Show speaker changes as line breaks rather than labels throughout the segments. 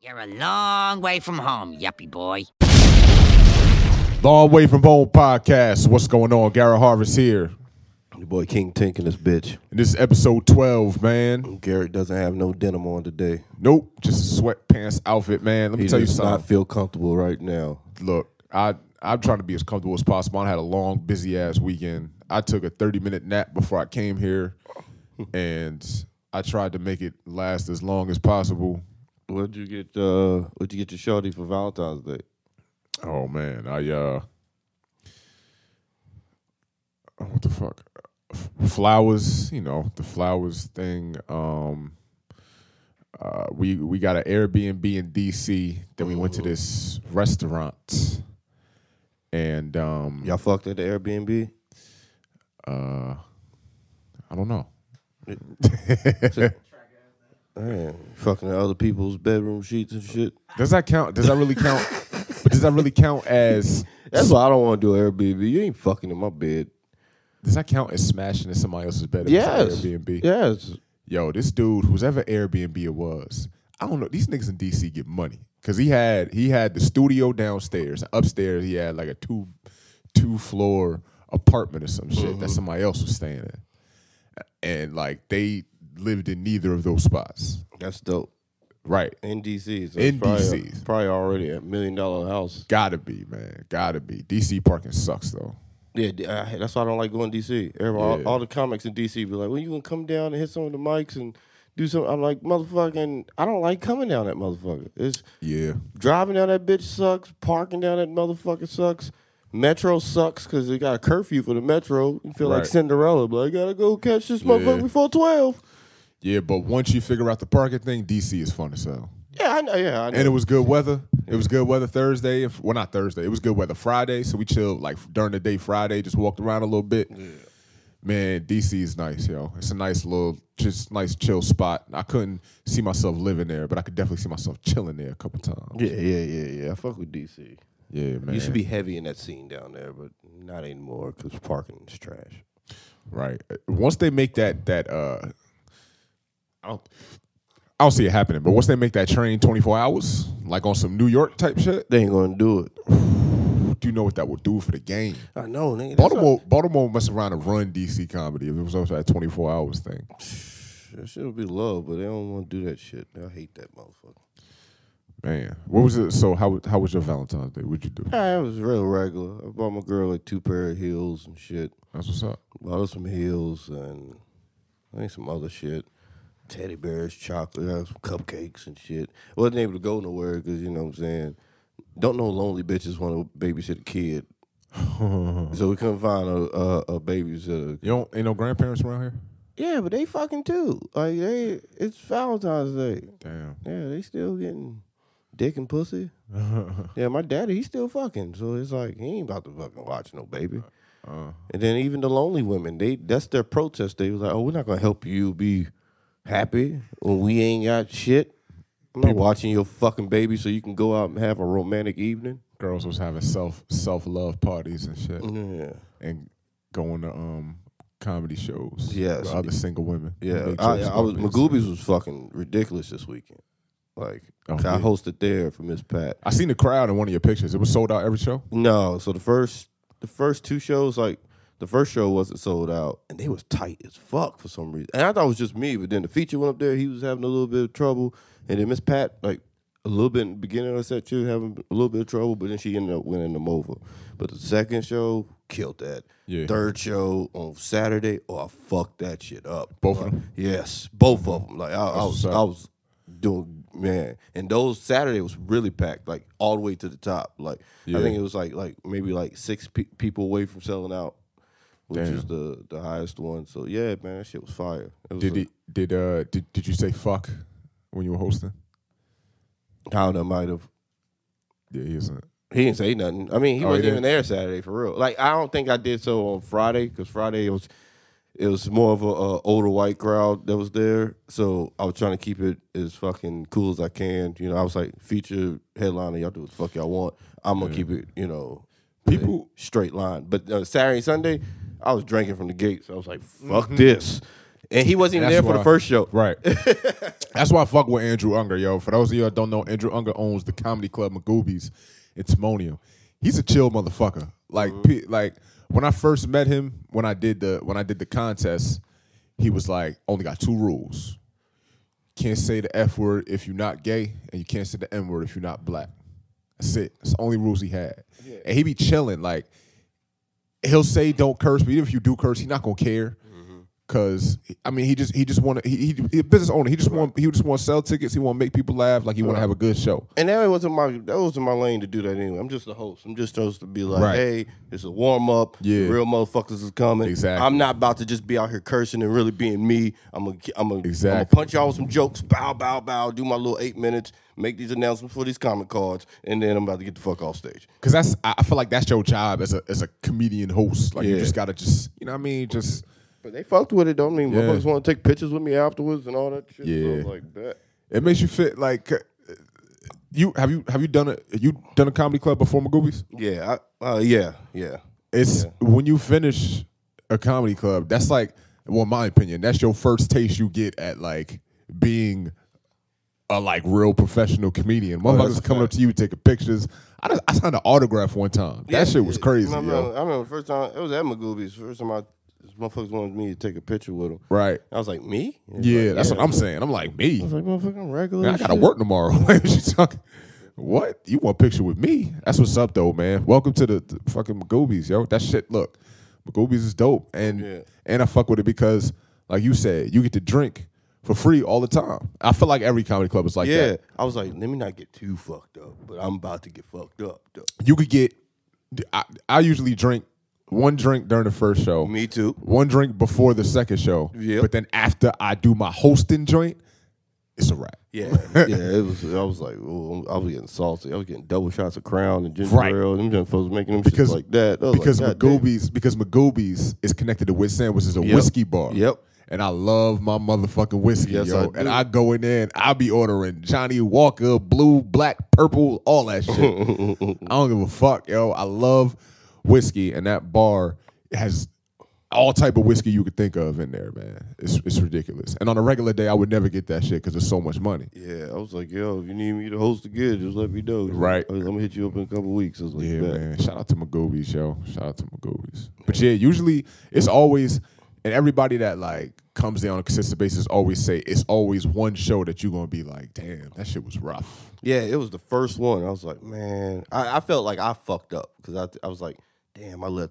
You're a long way from home, yuppie boy.
Long Way From Home podcast. What's going on? Garrett Harvest here.
Your boy King Tink in this bitch.
And this is episode 12, man.
Garrett doesn't have no denim on today.
Nope, just a sweatpants outfit, man. Let me
He
tell you
does not
something.
feel comfortable right now.
Look, I, I'm trying to be as comfortable as possible. I had a long, busy ass weekend. I took a 30 minute nap before I came here, and I tried to make it last as long as possible.
What'd you get? Uh, what'd you get your shorty for Valentine's Day?
Oh, man. I, uh, oh, what the fuck? F- Flowers, you know, the flowers thing. Um, uh, we we got an Airbnb in DC. Then we went to this restaurant, and um,
Y'all fucked at the Airbnb.
uh, I don't know.
Man, fucking at other people's bedroom sheets and shit.
Does that count? Does that really count? but does that really count as?
That's why I don't want to do Airbnb. You ain't fucking in my bed.
Does that count as smashing in somebody else's bed? if it's an
Yes.
Airbnb.
Yes.
Yo, this dude, who's ever Airbnb it was, I don't know. These niggas in DC get money because he had he had the studio downstairs, upstairs he had like a two two floor apartment or some shit that somebody else was staying in, and like they lived in neither of those spots,
That's dope.
right?
In DC. So
In
it's probably,
DC.
Probably already a million dollar house.
Gotta be, man. Gotta be. DC parking sucks though.
Yeah, d- I- that's why I don't like going to DC. Everybody, all-
Yeah.
all, the comics in DC be like, "When you gonna come down and hit some of the mics and do something?" I'm like, "Motherfucking, I don't like coming down that motherfucker. It's
Yeah,
driving down that bitch sucks. Parking down that motherfucker sucks. Metro sucks because they got a curfew for the metro. You feel
Right.
like Cinderella, but I gotta go catch this motherfucker
Yeah.
before twelve.
yeah. But once you figure out the parking thing, DC is fun as hell.
Yeah, I know. Yeah, I know.
And it was good weather. It was good weather Thursday. If, well, not Thursday. It was good weather Friday. So we chilled like during the day Friday, just walked around a little bit. Man, DC is nice, yo. It's a nice little, just nice chill spot. I couldn't see myself living there, but I could definitely see myself chilling there a couple times.
yeah, yeah, yeah, yeah. I fuck with DC.
Yeah, man.
You should be heavy in that scene down there, but not anymore because parking is trash.
right. Once they make that that uh, I don't, I don't see it happening. But once they make that train twenty four hours, like on some New York type shit,
They ain't gonna do it.
do you know what that will do for the game?
I know, nigga. that's
Baltimore, Baltimore must have run a run DC comedy if it was also that twenty four hours thing.
That shit would be love, but they don't want to do that shit. I hate that motherfucker.
Man, what was it? So how how was your Valentine's Day? What'd you do?
I was real regular. I bought my girl like two pair of heels and shit.
That's what's up.
Bought her some heels and I think some other shit. Teddy bears, chocolate, uh, some cupcakes and shit. Wasn't able to go nowhere because you know what I'm saying. Don't no lonely bitches want to babysit a kid, so we couldn't find a a, a babysitter.
You don't ain't no grandparents around here.
Yeah, but they fucking too. Like they, it's Valentine's Day.
Damn.
Yeah, they still getting dick and pussy. yeah, my daddy, he's still fucking. So it's like he ain't about to fucking watch no baby.
Uh.
and then even the lonely women, they that's their protest. They was like, oh, we're not gonna help you be happy when we ain't got shit. I'm not watching your fucking baby so you can go out and have a romantic evening.
Girls was having self self love parties and shit,
Yeah.
and going to um comedy shows.
Yes.
with other single women.
Yeah,
Big
I,
jokes
I was
about this.
Magoobies was fucking ridiculous this weekend. Like
Oh,
I
yeah.
hosted there for Miss Pat.
I seen the crowd in one of your pictures. It was sold out every show.
No, so the first the first two shows, like the first show wasn't sold out, and they was tight as fuck for some reason. And I thought it was just me, but then the feature went up there. He was having a little bit of trouble, and then Miss Pat, like a little bit in the beginning of the set, she was having a little bit of trouble, but then she ended up winning them over. But the second show killed that.
Yeah.
Third show on Saturday, oh I fucked that shit up.
Both of
Like,
them?
Uh, Yes, both of them. Like I, I
what's
was,
up.
I was doing man, and those Saturday was really packed, like all the way to the top. Like
Yeah.
I think it was like like maybe like six pe- people away from selling out, which is
Damn.
the the highest one. So yeah, man, that shit was fire. It was
Did
a-
it, did uh did, did you say fuck when you were hosting?
How that might have.
Yeah, he isn't.
He didn't say nothing. I mean, he
Oh, he
wasn't
didn't?
even there Saturday for real. Like I don't think I did so on Friday because Friday it was it was more of a, uh older white crowd that was there. So I was trying to keep it as fucking cool as I can. You know, I was like feature headliner, y'all do what the fuck y'all want. I'm gonna keep it. You know,
People-
straight line. But uh, Saturday and Sunday, I was drinking from the gate, so I was like, fuck this. And he wasn't even there
Mm-hmm. That's
for the
why-
first show.
Right. That's why I fuck with Andrew Unger, yo. For those of you that don't know, Andrew Unger owns the comedy club Magoobies in Timonium. He's a chill motherfucker. Like, pe like when I first met him, when I did the when I did the contest, he was like, only got two rules. Can't say the F word if you're not gay, and you can't say the N word if you're not black. That's it. That's the only rules he had. And he be chilling. Like, he'll say don't curse, but even if you do curse, he not gonna care. Cause I mean, he just he just want to he, he, he a business owner. He just want he just want to sell tickets. He want to make people laugh. Like he want to have a good show.
And that wasn't my that wasn't my lane to do that anyway. I'm just a host. I'm just supposed to be like,
Right.
hey, it's a warm up.
Yeah.
real motherfuckers is coming.
Exactly.
I'm not about to just be out here cursing and really being me. I'm gonna I'm gonna I'm gonna
Exactly.
punch y'all with some jokes. Bow bow bow. Do my little eight minutes. Make these announcements for these comment cards, and then I'm about to get the fuck off stage.
Cause that's I I feel like that's your job as a as a comedian host. Like you
Yeah.
just gotta just you know what I mean just
But they fucked with it. Don't mean
Yeah.
motherfuckers want to take pictures with me afterwards and all that shit. So I was
Yeah.
like that.
it makes you fit like. uh, You have you have you done a you done a comedy club before Magoobies?
Yeah. I, uh, yeah. Yeah.
It's when you finish a comedy club, that's like, well, in my opinion, that's your first taste you get at like being a like real professional comedian.
Oh,
Motherfuckers coming up to you, taking pictures. I, done- I signed an autograph one time.
Yeah,
that shit was
yeah.
crazy,
I remember,
yo.
I remember the first time it was at Magoobies. First time I, this motherfuckers wanted me to take a picture with them.
Right?
I was like, me? And he's
Yeah,
like,
that's what I'm saying. I'm like me.
I was like, motherfucker, I'm regular.
Man, I
as
gotta
Oh, shit.
work tomorrow. Like, she talking- What? You want a picture with me? That's what's up though, man. Welcome to the, the fucking Magoobies, yo. That shit, look, Magoobies is dope, and
Yeah.
and I fuck with it because, like you said, you get to drink for free all the time. I feel like every comedy club is like
Yeah.
that.
I was like, let me not get too fucked up, but I'm about to get fucked up. Though.
You could get. I, I usually drink one drink during the first show.
Me too.
One drink before the second show.
Yep.
But then after I do my hosting joint, it's a wrap.
Yeah, yeah. It was. I was like, oh, I was getting salty. I was getting double shots of Crown and ginger
Right.
ale. Them young folks making them
Because-
shit like that. I was
because
like, "God damn."
Magoobies because Magoobies is connected to Wit Sandwich is a whiskey bar.
Yep.
And I love my motherfucking whiskey,
Yes,
yo.
I
and
do.
I go in there and I be ordering Johnny Walker, blue, black, purple, all that shit. I don't give a fuck, yo. I love whiskey, and that bar has all type of whiskey you could think of in there, man. It's it's ridiculous. And on a regular day, I would never get that shit because it's so much money.
Yeah, I was like, yo, if you need me to host again, just let me know.
Right.
I was, I'm gonna hit you up in a couple weeks. I was like,
Yeah,
"Bet."
man. Shout out to Magoobies, yo. Shout out to Magoobies. But yeah, usually it's always and everybody that like comes there on a consistent basis always say it's always one show that you're gonna be like, damn, that shit was rough.
Yeah, it was the first one. I was like, man, I, I felt like I fucked up because I, I was like, damn, I let.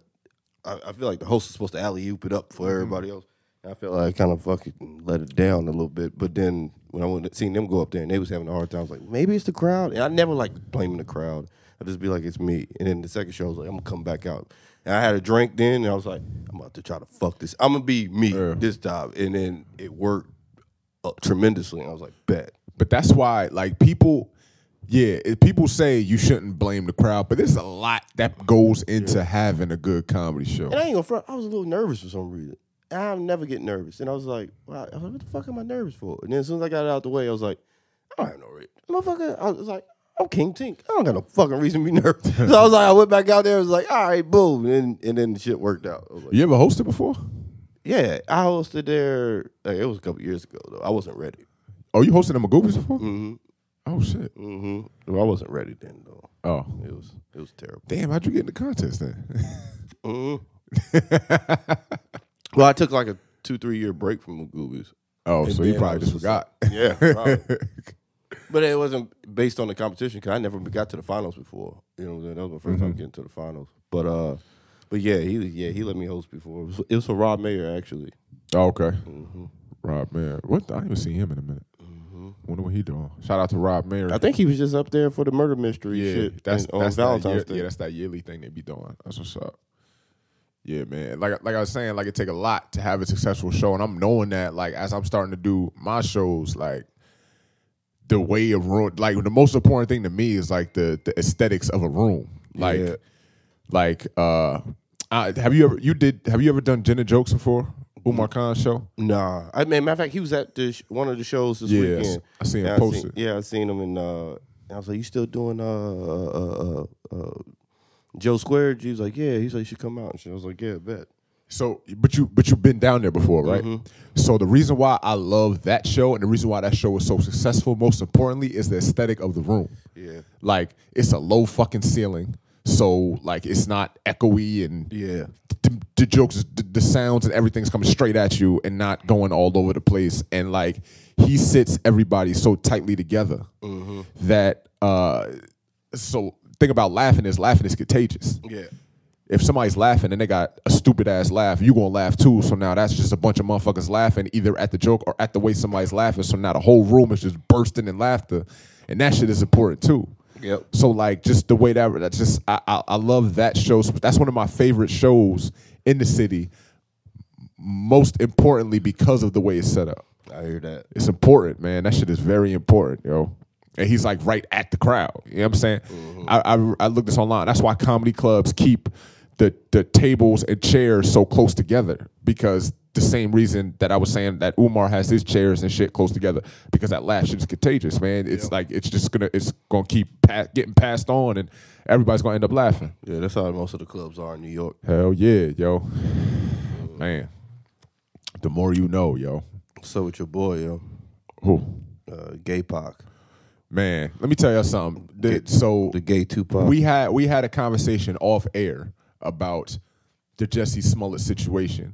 I, I feel like the host is supposed to alley oop it up for everybody else. And I felt like I kind of fucking let it down a little bit. But then when I went seen them go up there and they was having a hard time, I was like, maybe it's the crowd. And I never like blaming the crowd. I just be like, it's me. And then the second show, I was like, I'm gonna come back out. And I had a drink then, and I was like, I'm about to try to fuck this. I'm gonna be me this time. And then it worked uh, tremendously. And I was like, bet.
But that's why like people yeah, it- people say you shouldn't blame the crowd, but there's a lot that goes into having a good comedy show.
And I ain't gonna front. I was a little nervous for some reason. I never get nervous, and I was like, wow, I was like, "What the fuck am I nervous for?" And then as soon as I got it out the way, I was like, "I don't have no reason, motherfucker." I was like, "I'm King Tink. I don't got no fucking reason to be nervous." so I was like, I went back out there. I was like, "All right, boom," and and then the shit worked out. I was like,
You ever hosted before?
yeah, I hosted there. Like, it was a couple years ago though. I wasn't ready.
Oh, you hosted at Magoobies before?
Mm-hmm.
Oh shit.
hmm Well, I wasn't ready then though.
Oh.
It was it was terrible.
Damn, how'd you get in the contest then?
Well, I took like a two three year break from Magoobies.
oh, so you
then I
probably
was
just
just
forgot.
Yeah, probably. But it wasn't based on the competition because I never got to the finals before. You know, what I'm saying? that was my 1st time
Mm-hmm.
getting to the finals. But uh, but yeah, he yeah he let me host before. It was, it was for Rob Mayer actually.
Oh, okay.
Mm-hmm.
Rob Mayer. What? The, I haven't seen him in a minute. Wonder what he doing. Shout out to Rob Mayer.
I think he was just up there for the murder mystery
yeah,
shit.
that's
and- on
that's that
Valentine's
year-
Day.
Yeah, that's that yearly thing they be doing. That's what's up. Yeah, man. Like like I was saying, like it take a lot to have a successful show, and I'm knowing that. Like as I'm starting to do my shows, like the way of room, like the most important thing to me is like the the aesthetics of a room. Like
Yeah.
like uh, I, have you ever you did have you ever done Jenna jokes before? Umar Khan show.
nah, I mean, matter of fact, he was at the sh- one of the shows this
Yeah, I s-
weekend.
I seen him
And
post
seen-
it.
Yeah, I seen him and uh, and I was like, you still doing uh uh uh, uh Joe Square? He was like, yeah. He's like, you should come out and shit. I was like, yeah, bet.
So, but you but you've been down there before, right? So the reason why I love that show and the reason why that show was so successful, most importantly, is the aesthetic of the room.
Yeah.
Like it's a low fucking ceiling, so like it's not echoey and
Yeah.
the, the jokes, the, the sounds, and everything's coming straight at you and not going all over the place. And like he sits everybody so tightly together that uh, so think about laughing is laughing is contagious.
Yeah.
If somebody's laughing and they got a stupid ass laugh, you gonna laugh too. So now that's just a bunch of motherfuckers laughing either at the joke or at the way somebody's laughing. So now the whole room is just bursting in laughter, and that shit is important too.
Yep.
So like just the way that that's just I, I I love that show. That's one of my favorite shows in the city. Most importantly, because of the way it's set up,
I hear that.
it's important, man. That shit is very important, yo. And he's like right at the crowd. You know what I'm saying? I, I I looked this online. That's why comedy clubs keep the the tables and chairs so close together because the same reason that I was saying that Umar has his chairs and shit close together because that last shit is contagious, man. It's like it's just gonna it's gonna keep pa- getting passed on and everybody's gonna end up laughing.
Yeah, that's how most of the clubs are in New York.
Hell yeah, yo, man. The more you know, yo.
So with your boy, yo,
Who?
uh, Gay Pac,
Man, let me tell you all something. The- so
the Gay Tupac.
we had we had a conversation off air about the Jesse Smollett situation,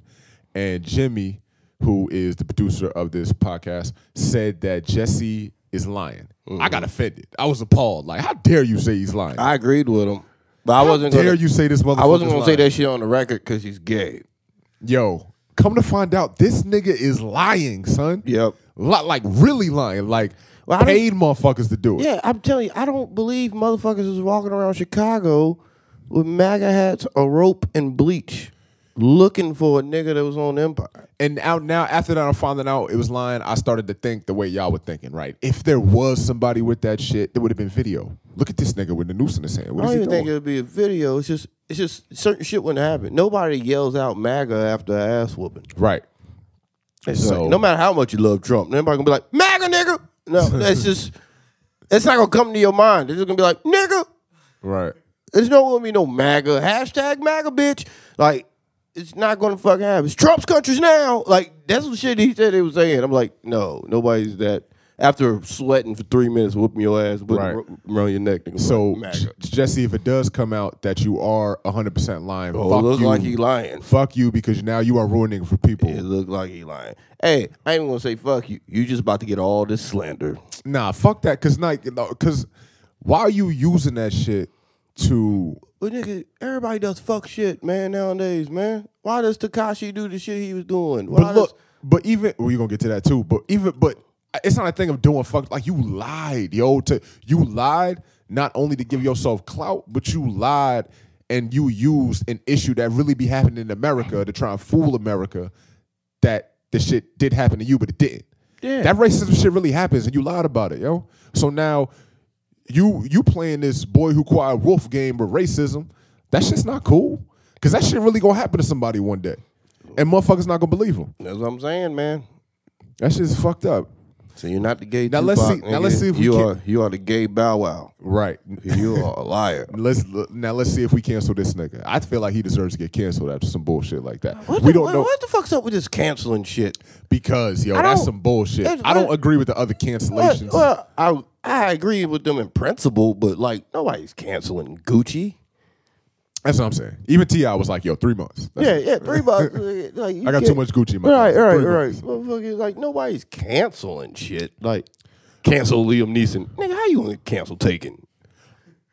and Jimmy, who is the producer of this podcast, said that Jesse is lying. I got offended. I was appalled. Like, how dare you say he's lying?
Mm-hmm. I agreed with him, but I wasn't
dare
gonna.
you say this motherfucker?
I wasn't gonna say that shit on the record because he's gay.
Yo, come to find out, this nigga is lying, son.
Yep.
Li- like really lying. Like
how do-
paid motherfuckers to do it.
Yeah, I'm telling you, I don't believe motherfuckers is walking around Chicago with MAGA hats, a rope, and bleach, looking for a nigga that was on Empire.
And now, now after that, I'm finding out it was lying. I started to think the way y'all were thinking. Right? If there was somebody with that shit, there would have been video. Look at this nigga with the noose in his hand. What
I
is
don't
he
even
doing?
think it would be a video. It's just, it's just certain shit wouldn't happen. Nobody yells out MAGA after an ass whooping.
right.
It's
So-
like, no matter how much you love Trump, nobody gonna be like MAGA nigga. No, that's just, it's not gonna come to your mind. They're just gonna be like nigga.
Right.
There's no gonna be no MAGA hashtag MAGA bitch. Like it's not gonna fucking happen. It's Trump's countries now. Like that's what shit he said he was saying. I'm like, no, nobody's that. After sweating for three minutes, whooping your ass, putting
Right.
ro- around your neck, nigga.
So
like,
J-
MAGA.
Jesse, if it does come out that you are 100 percent lying,
Oh,
fuck
it look
you.
like he lying.
Fuck you because now you are ruining it for people.
It look like he lying. Hey, I ain't even gonna say fuck you. You just about to get all this slander.
Nah, fuck that. Cause like, cause why are you using that shit to?
But nigga, everybody does fuck shit, man. Nowadays, man. Why does Takashi do the shit he was doing? Why
But look, but even we're gonna get to that too. But even but it's not a thing of doing fuck like you lied, yo. To you lied not only to give yourself clout, but you lied and you used an issue that really be happening in America to try and fool America that the shit did happen to you, but it didn't.
Yeah.
That racism shit really happens and you lied about it, yo. So now you you playing this boy who cried wolf game with racism. That shit's not cool. Cause that shit really gonna happen to somebody one day. And motherfuckers not gonna believe him.
That's what I'm saying, man.
That shit's fucked up.
So you're not the gay.
Now let's
Tupac,
see- now let's
nigga.
see if we
you
can-
are you are the gay Bow Wow.
Right.
You are a liar.
Let's now let's see if we cancel this nigga. I feel like he deserves to get canceled after some bullshit like that.
What
we
the,
don't
what,
know
what the fuck's up with this canceling shit.
because yo, that's
don't-
some bullshit.
It's-
I don't
what-
agree with the other
What-
cancellations.
well, I I agree with them in principle, but like nobody's canceling Gucci.
That's what I'm saying. Even Ti was like, yo, three months. That's
Yeah,
it.
yeah, three bucks. like, like, you
I got
get-
too much Gucci in my
Right,
closet.
right,
Three
right. Motherfucker, like nobody's canceling shit. Like cancel Liam Neeson, nigga. How you gonna cancel Taken?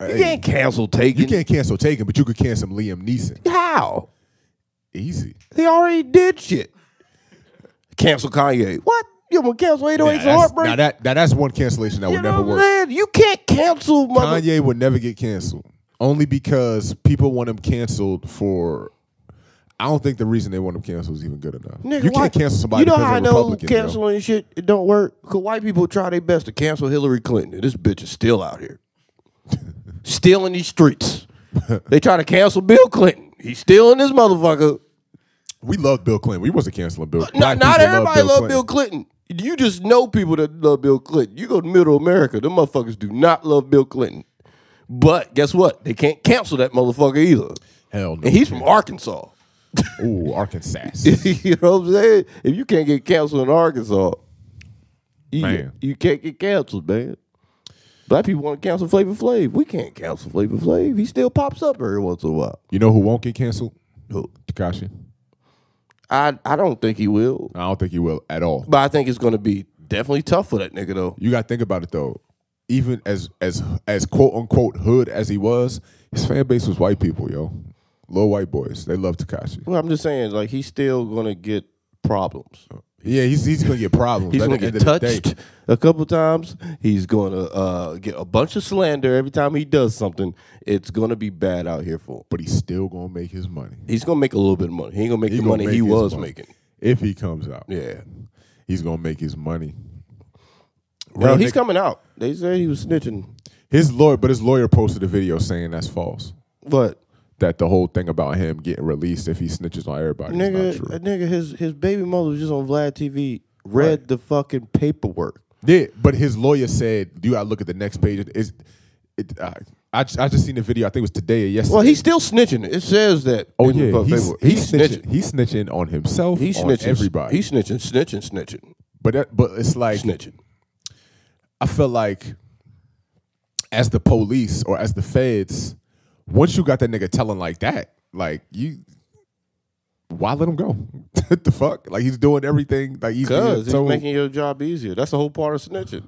you can't cancel Taken.
You can't cancel Taken, but you could cancel Liam Neeson.
How?
Easy.
They already did shit. Cancel Kanye. What? You gonna cancel 808's
now, that's,
Heartbreak?
now that now that's one cancellation that
you
would
know
never
what I'm
work.
saying? You can't cancel mother.
Kanye would never get canceled. Only because people want him canceled for. I don't think the reason they want him canceled is even good enough.
Nigga,
you can't
why-
cancel somebody
You know
because
how I
they're
know
Republican. yo.
canceling shit it don't work? Because white people try their best to cancel Hillary Clinton. And this bitch is still out here. still in these streets. they try to cancel Bill Clinton. He's still in this motherfucker.
We love Bill Clinton. We wasn't canceling Bill. Clinton.
Uh, Not, not everybody love Bill Clinton. You just know people that love Bill Clinton. You go to middle America, them motherfuckers do not love Bill Clinton. But guess what? They can't cancel that motherfucker either.
Hell no.
And he's from Arkansas.
Ooh, Arkansas.
you know what I'm saying? If you can't get canceled in Arkansas, you,
Man.
you can't get canceled, man. Black people want to cancel Flavor Flav. We can't cancel Flavor Flav. He still pops up every once in a while.
You know who won't get canceled?
Who?
Takashi.
I I don't think he will,
I don't think he will at all.
but I think it's going to be definitely tough for that nigga though.
You got to think about it though. Even as as as quote unquote hood as he was, his fan base was white people, yo. Little white boys. They love Takashi.
Well, I'm just saying, like he's still going to get problems.
Yeah, he's he's gonna get problems.
He's
At
going
the
to get
end of the day-
touched a couple times. He's going to uh, get a bunch of slander every time he does something. It's going to be bad out here for him.
but he's still gonna make his money.
He's going to make a little bit of money. He ain't going to make
He
the
gonna
money
make
he
his
was
money.
making.
If he comes out,
Yeah.
he's gonna make his money.
Well,
Real
he's
nigga-
coming out. They said he was snitching.
His lawyer, but his lawyer posted a video saying that's false.
But
That the whole thing about him getting released if he snitches on everybody is
nigga,
not true.
uh, nigga, his his baby mother was just on Vlad TV. Read the fucking paperwork.
Yeah, but his lawyer said, "Do I look at the next page?" Is it? I I just, I just seen the video. I think it was today or yesterday.
Well, he's still snitching. It says that.
oh
in the
yeah,
fucking
he's,
paperwork.
he's snitching. He's snitching on himself.
He's
on
snitching.
everybody.
He's snitching. Snitching. Snitching.
but that, but it's like
Snitching.
I feel like as the police or as the feds, once you got that nigga telling like that, like you, why let him go? the fuck? Like he's doing everything. Like he's,
Cause he's
so,
making your job easier. That's the whole part of snitching.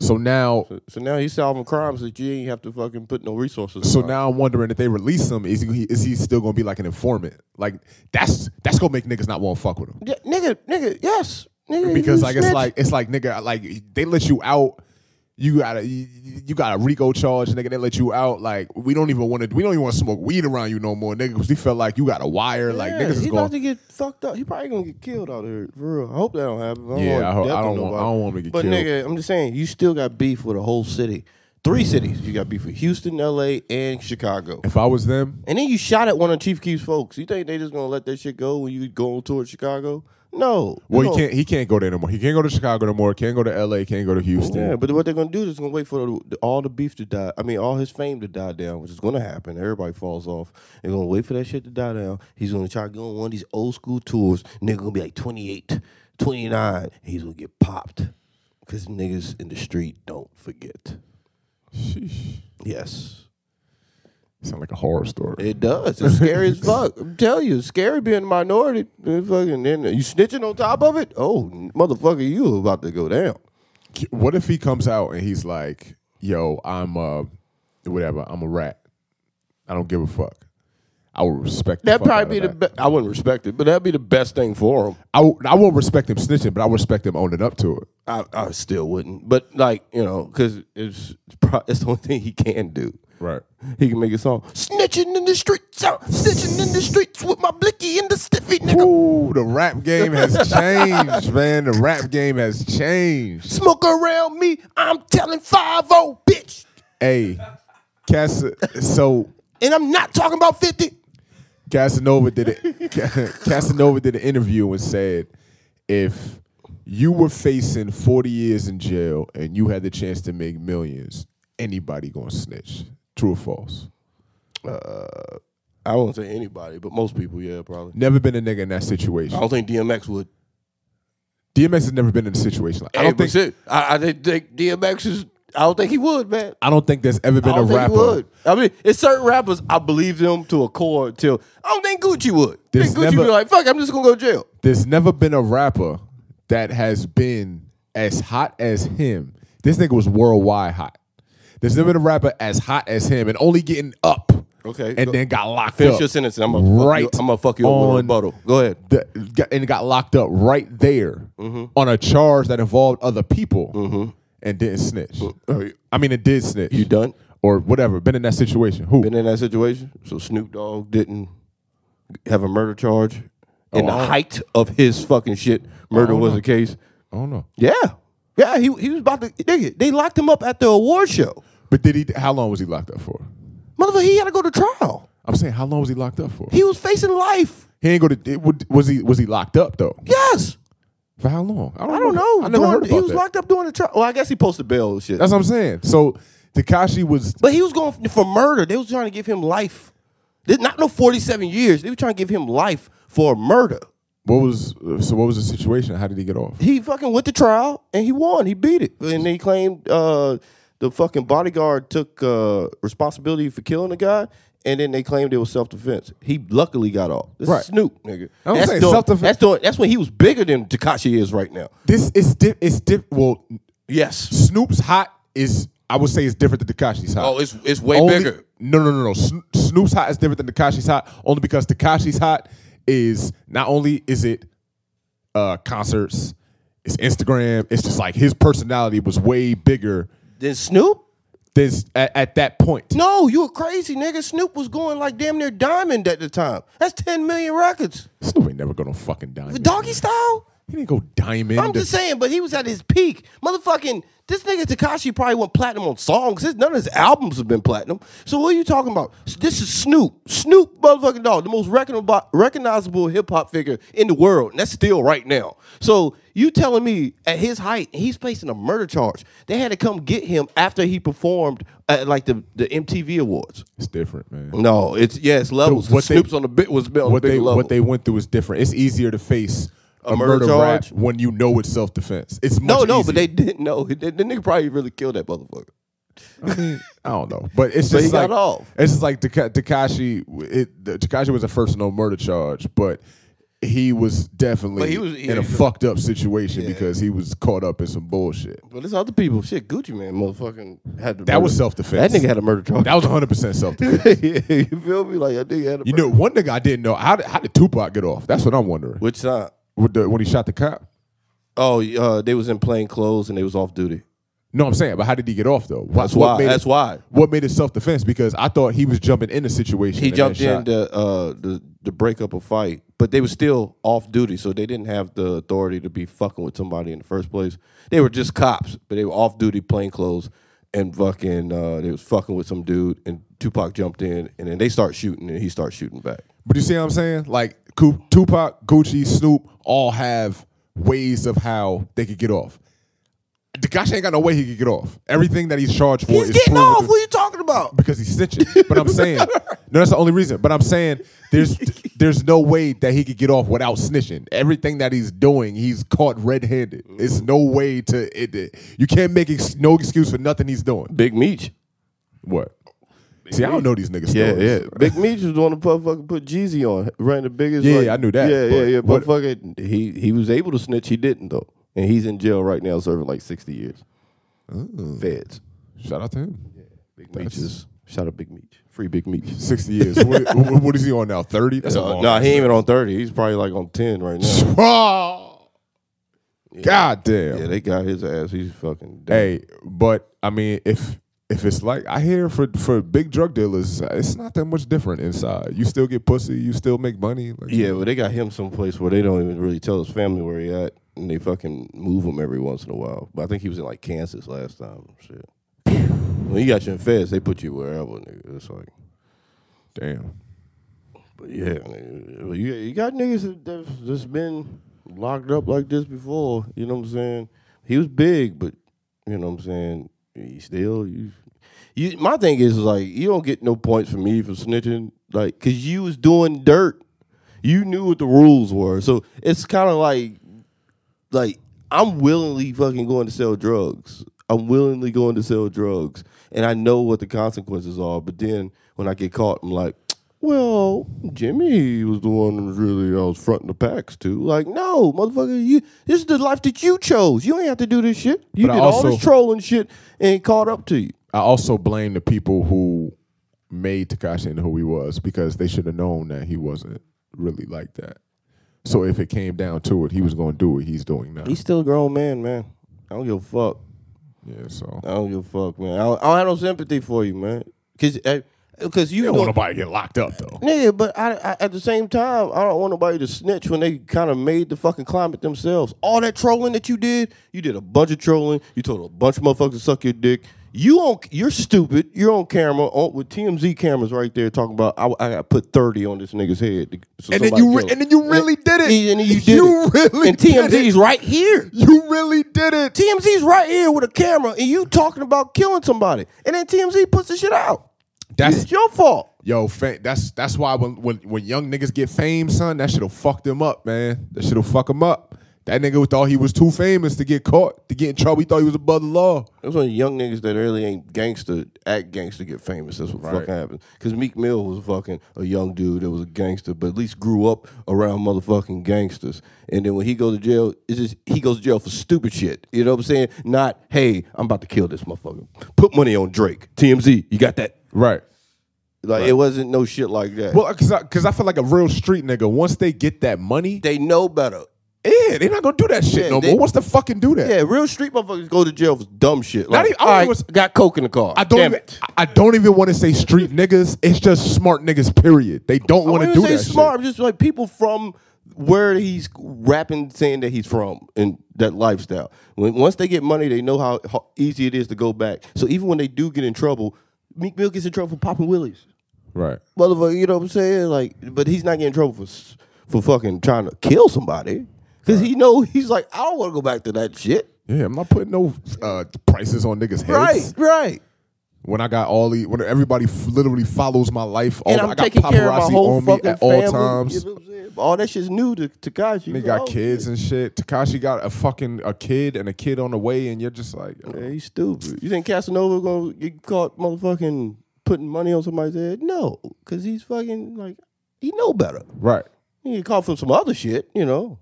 so now
So now he's solving crimes that you ain't have to fucking put no resources.
So
on.
now I'm wondering if they release him, is he is he still gonna be like an informant? Like that's that's gonna make niggas not want to fuck with him
yeah, nigga, nigga, yes, nigga,
because
you
like it's
snitch.
like it's like nigga like they let you out, you gotta you, you got a RICO charge, nigga. They let you out like we don't even want to we don't even want to smoke weed around you no more, nigga. Because we felt like you got a wire, like
Yeah,
niggas is
he
going.
about to get fucked up. He probably gonna get killed out here for real. I hope that don't happen. I don't
Yeah,
want
I hope-
death
I
on
don't want-
nobody.
I don't want him to get
but
killed.
nigga, I'm just saying, you still got beef with a whole city, three cities. You got beef with Houston, L.A., and Chicago.
if I was them,
And then you shot at one of Chief Keef's folks. You think they just gonna let that shit go when you go on tour to Chicago? No.
well, he
You gonna-
can't he can't go there anymore. He can't go to Chicago no more. Can't go to L.A. Can't go to Houston.
Yeah, but what they're gonna do is gonna wait for the, the- all the beef to die. I mean, all his fame to die down, which is gonna happen. Everybody falls off. They're gonna wait for that shit to die down. He's gonna try to go on one of these old school tours. Nigga gonna be like 28, 29. and He's gonna get popped because niggas in the street don't forget.
Sheesh.
Yes,
Sound like a horror story.
it does. It's scary as fuck. I'm telling you, it's scary being a minority. Man, Fucking, then you snitching on top of it. Oh, motherfucker, you about to go down.
What if he comes out and he's like, "Yo, I'm uh, whatever. I'm a rat. I don't give a fuck. I will respect the
That'd
fuck out
probably be
of
the.
that.
Be- I wouldn't respect it, but that'd be the best thing for him.
I w- I won't respect him snitching, but I respect him owning up to it.
I, I still wouldn't, but like you know, because it's pro- it's the only thing he can do.
Right.
He can make a song, snitching in the streets, out, snitching in the streets with my blicky in the stiffy nigga.
Ooh, the rap game has changed, man. The rap game has changed.
Smoke around me, I'm telling five oh bitch,
Hey, Cas. So
and I'm not talking about fifty.
Casanova did it. Casanova did an interview and said, if you were facing 40 years in jail and you had the chance to make millions, anybody gonna snitch? True or false?
I won't say anybody, but most people, yeah, probably.
Never been a nigga in that
I
situation.
don't think DMX would.
DMX has never been in a situation. Like, I don't think.
it. I, I didn't think DMX is. I don't think he would, man.
I don't think there's ever been
I don't
a
think
rapper.
he would. I mean, it's certain rappers I believe them to a core till I don't think Gucci would. I
There's
think Gucci
never-
be like, fuck, I'm just gonna go to jail.
There's never been a rapper that has been as hot as him. This nigga was worldwide hot. There's never been a rapper as hot as him and only getting up.
Okay,
And
go-
then got locked
Finish
up.
your sentence. And I'm gonna
Right
fuck you, I'm gonna fuck you up with a
on-
rebuttal. Go ahead.
the, got- and got locked up right there
Mm-hmm.
on a charge that involved other people and didn't snitch. I mean, it did snitch.
oh, You done?
Or whatever. Been in that situation. Who?
Been in that situation? So Snoop Dogg didn't have a murder charge in
Oh,
the
I don't- Oh,
height of his fucking shit. Murder was a case.
I don't know.
Yeah. Yeah, he, he was about to nigga, they locked him up at the award show.
But did he? How long was he locked up for?
Motherfucker, he had to go to trial.
I'm saying, how long was he locked up for? He,
He was facing life.
ain't go to. It, would- was he? Was he locked up though?
Yes.
For how long? I don't,
I don't
I
know.
never
During-
heard about
he was
that.
locked up during the trial. Well, I guess he posted bail and shit.
That's what I'm saying. So Takashi was.
but he was going for murder. They was trying to give him life. They- not no 47 years. They were trying to give him life for murder.
What was so? What was the situation? How did he get off?
He fucking went to trial and he won. He beat it. And they claimed uh, the fucking bodyguard took uh, responsibility for killing the guy. And then they claimed it was self defense. He luckily got off. This
Right.
is Snoop, nigga.
I'm
that's
saying
doing-
self-defense-
That's, doing- that's when he was bigger than Takashi is right now.
This is di- it's di- well,
Yes.
Snoop's hot is I would say is different than Takashi's hot.
Oh, it's it's way
Only-
bigger.
No, no, no, no. Sno- Snoop's hot is different than Takashi's hot only because Takashi's hot is not only is it uh concerts, it's Instagram, it's just like his personality was way bigger
Then Snoop?
than at, at that point.
No, you were crazy, nigga. Snoop was going like damn near diamond at the time. That's 10 million records.
Snoop ain't never gonna fucking diamond.
Doggy style?
he didn't go diamond.
I'm just saying, but he was at his peak. Motherfucking, this nigga Takashi probably went platinum on songs. His, none of his albums have been platinum. So what are you talking about? S- This is Snoop. Snoop, motherfucking dog, the most recogni- recognizable hip hop figure in the world, and that's still right now. So you telling me at his height, he's facing a murder charge. They had to come get him after he performed at like the, the MTV Awards.
it's different, man.
No, it's yeah, it's levels.
what
The
they-
Snoop's on the bit was on a
what
bigger
they
level.
what they went through is different. It's easier to face a,
murder
murder, rap
charge?
when you know it's self defense. It's much
no, no, but
easier.
they didn't know. The, the nigga probably really killed that motherfucker.
I mean, I don't know, but it's just
But he
like
got off.
it's just like Taka- Takashi. It the- Takashi was a first no murder charge, but he was definitely
But he was- yeah,
in a
he's a-
fucked up situation because he was caught up in some bullshit.
But there's other people. Shit, Gucci man, motherfucking had to
That was self-defense.
That nigga had a murder charge.
That was 100 percent self defense.
yeah, you feel me? Like I think had a
you
murder.
know, one nigga I didn't know how did, how did Tupac get off? That's what I'm wondering.
Which time?
With the, when he shot the cop.
Oh, uh, they was in plain clothes and they was off duty.
No, I'm saying, but how did he get off though? What-
That's
what
why.
made it-
That's why.
What made it self defense? Because I thought he was jumping in the situation.
He
and
jumped
then
in
shot.
to uh, the the break up a fight, but they was still off duty, so they didn't have the authority to be fucking with somebody in the first place. They were just cops, but they were off duty, plain clothes, and fucking uh, they was fucking with some dude, and Tupac jumped in, and then they start shooting, and he starts shooting back.
But you see what I'm saying? Like Ku- Tupac, Gucci, Snoop all have ways of how they could get off. Takashi ain't got no way he could get off. Everything that he's charged for is proven to-
you talking about?
because he's snitching. But I'm saying, no, that's the only reason. But I'm saying there's there's no way that he could get off without snitching. Everything that he's doing, he's caught red-handed. It's no way to it, it- you can't make ex- no excuse for nothing he's doing.
Big Meech.
What? See, I don't know these niggas.
Yeah, yeah.
stories.
Big Meech was the one to fucking put Jeezy on, ran the biggest.
Yeah,
like-
I knew that,
Yeah, yeah,
but
yeah. But
what-
fucking, he he was able to snitch. He didn't though, and he's in jail right now, serving like sixty years.
Mm.
Feds.
Shout out to him.
Big Meech is shout out Big Meech. Free Big Meech.
60 years. what, what- what is he on now? 30? That's a
No,
long
nah,
ass
he ain't even on thirty. He's probably like on ten right now.
sentence. Oh, God damn.
yeah, they got his ass. He's fucking. Dead.
hey, but I mean, if if it's like I hear for for big drug dealers, it's not that much different inside. You still get pussy. You still make money. Like,
Yeah, but they got him someplace where they don't even really tell his family where he at, and they fucking move him every once in a while. But I think he was in like Kansas last time. and Shit. When you got you in feds, they put you wherever, nigga. It's like,
Damn.
but yeah, nigga. Well, you you got niggas that just been locked up like this before. You know what I'm saying? He was big, but you know what I'm saying. He still you. You, my thing is like you don't get no points from me for snitching, like, cause you was doing dirt. You knew what the rules were, so it's kind of like like I'm willingly fucking going to sell drugs. I'm willingly going to sell drugs, and I know what the consequences are. But then when I get caught, I'm like, well, Jimmy was the one who was really I was fronting the packs to. Like, no, motherfucker, you this is the life that you chose. You ain't have to do this shit. You
But I
did all this
also-
trolling shit and it caught up to you.
I also blame the people who made Takashi into who he was because they should have known that he wasn't really like that. So if it came down to it, he was going to do what he's doing now.
He's still a grown man, man. I don't give a fuck.
yeah. So
I don't give a fuck, man. I don't, I don't have no sympathy for you, man. Cause, I, cause you
don't
doing-
want nobody to get locked up though.
Nigga, but I, I, at the same time, I don't want nobody to snitch when they kind of made the fucking climate themselves. All that trolling that you did, you did a bunch of trolling. You told a bunch of motherfuckers to suck your dick. You on, you're stupid. You're on camera on, with TMZ cameras right there talking about I, I got put thirty on this nigga's head. to- so
And then
somebody
you re-
kill him."
and then you really did it.
And then you did
You
it.
really
and
did
TMZ's right here.
You really did it.
TMZ's right here with a camera, and you talking about killing somebody, and then TMZ puts the shit out.
That's
It's your fault.
Yo, fa- that's that's why when, when when young niggas get fame, son, that shit'll fuck them up, man. That shit'll fuck them up. That nigga thought he was too famous to get caught, to get in trouble. He thought he was above the law.
Those are young niggas that really ain't gangster, act gangster, get famous. That's what fucking happens. Because Meek Mill was fucking a young dude that was a gangster, but at least grew up around motherfucking gangsters. And then when he goes to jail, it's just he goes to jail for stupid shit. You know what I'm saying? Not hey, I'm about to kill this motherfucker. Put money on Drake, TMZ. You got that?
Right.
Like it wasn't no shit like that.
Well, cause I, cause I feel like a real street nigga. Once they get that money,
they know better.
yeah, they're not gonna do that shit
Yeah,
no
they-
more. What's the fucking do that?
Yeah, real street motherfuckers go to jail for dumb shit.
Not
Like,
even- I
all
don't
right,
even was-
got coke in the car.
I don't.
Damn
Even,
it.
I I don't even want to say street niggas. It's just smart niggas. Period. They don't want to
wouldn't
do
say
that.
smart.
Shit.
I'm just like people from where he's rapping, saying that he's from and that lifestyle. When once they get money, they know how, how easy it is to go back. So even when they do get in trouble, Meek Mill gets in trouble for popping willies,
Right.
motherfucker. You know what I'm saying? Like, but he's not getting in trouble for s- for fucking trying to kill somebody because he know he's like, I don't want to go back to that shit.
Yeah, I'm not putting no uh, prices on niggas' heads.
Right, right.
When I got all the, when everybody f- literally follows my life, all
And
I
I'm
got
taking
paparazzi
care of my whole
on me
fucking
at all
family.
times.
You know what I'm saying? All that shit's new to Oh, Takashi.
They got kids and shit. Takashi got a fucking a kid and a kid on the way, and you're just like, eh. yo.
Yeah, he's stupid. You think Casanova gonna get caught motherfucking putting money on somebody's head? No, because he's fucking like he know better.
right?
He get caught for some other shit, you know.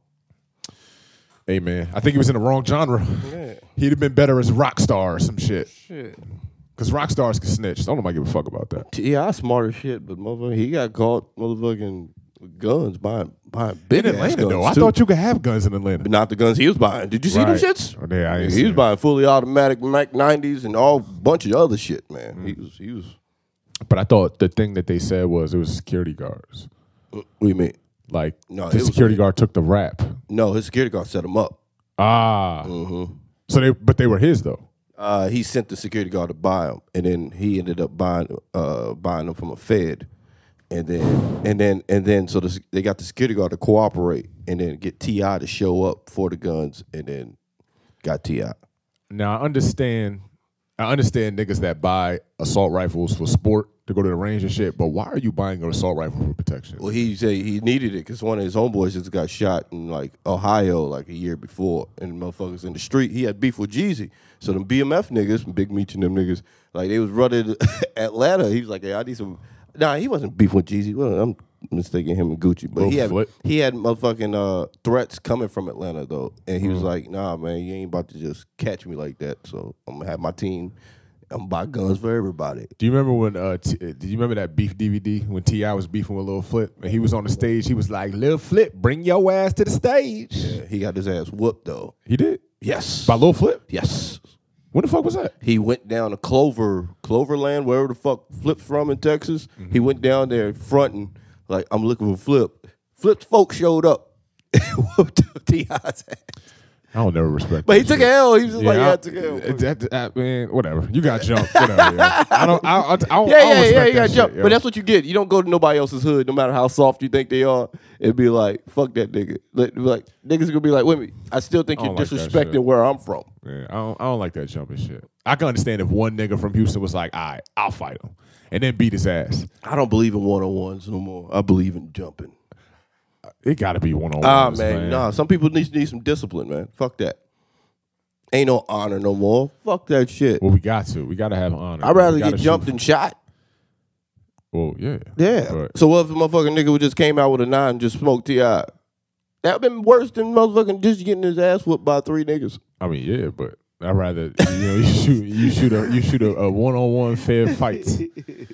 Hey man, I think he was in the wrong genre. He'd have been better as a rock star or some shit.
Shit.
Cause rock stars can snitch. Don't nobody give a fuck about that.
Yeah, I smart as shit, but motherfucker, he got caught motherfucking with guns buying buying
In
big ass
Atlanta,
guns
though, I
too.
thought you could have guns in Atlanta.
But not the guns he was buying. Did you see them
Right.
shits?
Oh, yeah, I ain't
he
seen
was
it.
buying fully automatic Mac 90s and all bunch of other shit, man. He was he was.
But I thought the thing that they said was it was security guards.
What do you mean?
Like
No, it
the
was-
security guard took the rap.
No, his security guard set him up.
Ah.
Mm-hmm.
So they but they were his though.
uh, he sent the security guard to buy them, and then he ended up buying uh, buying them from a Fed, and then and then and then so the, they got the security guard to cooperate, and then get Ti to show up for the guns, and then got Ti.
Now I understand I understand niggas that buy assault rifles for sport to go to the range and shit, but why are you buying an assault rifle for protection?
Well, he said he needed it because one of his homeboys just got shot in like Ohio like a year before, and motherfuckers in the street. He had beef with Jeezy, so them BMF niggas, Big Meech and them niggas, like they was running Atlanta. He was like, "Hey, I need some." Nah, he wasn't beef with Jeezy. Well, I'm mistaking him and Gucci, but he had
Littlefoot.
he had motherfucking uh, threats coming from Atlanta though, and he was like, "Nah, man, you ain't about to just catch me like that." So I'm gonna have my team. I'm gonna buy guns for everybody.
Do you remember when? Uh, T- uh, do you remember that beef DVD when Ti was beefing with Lil Flip and he was on the stage? He was like, "Lil Flip, bring your ass to the stage."
He got his ass whooped though.
He did
Yes.
by Lil Flip.
yes.
When the fuck was that?
He went down to Clover, Cloverland, wherever the fuck Flip's from in Texas.
Mm-hmm.
He went down there fronting, like, I'm looking for Flip. Flip's folks showed up. Whooped T.I.'s ass.
I don't never respect.
But he
that
took
shit.
an L. He was just like,
I-
yeah, I took an L.
uh, that- that- man, whatever. You got jumped. Whatever. yeah. I don't. I, I, I don't.
Yeah,
I don't
yeah, yeah,
respect
you
that
got
shit,
jump.
yo.
But that's what you get. You don't go to nobody else's hood, no matter how soft you think they are, and be like, fuck that nigga. Like, like niggas gonna be like, wait a minute, I still think
I
you're
don't like that
disrespecting
shit.
where I'm from.
Yeah, I don't. I don't like that jumping shit. I can understand if one nigga from Houston was like, "All right, I'll fight him," and then beat his ass.
I don't believe in one on ones no more. I believe in jumping.
It got to be one on one.
Ah man, nah. Some people need need some discipline, man. Fuck that. Ain't no honor no more. Fuck that shit.
Well, we got to. We got to have honor.
I'd
We
rather
gotta
get
shoot
jumped than shot.
Well, yeah.
Yeah.
But-
So what if a motherfucking nigga who just came out with a nine and just smoked Ti? That would been worse than motherfucking just getting his ass whooped by three niggas.
I mean, yeah, but I'd rather you know you shoot you shoot a you shoot a one on one fair fight. You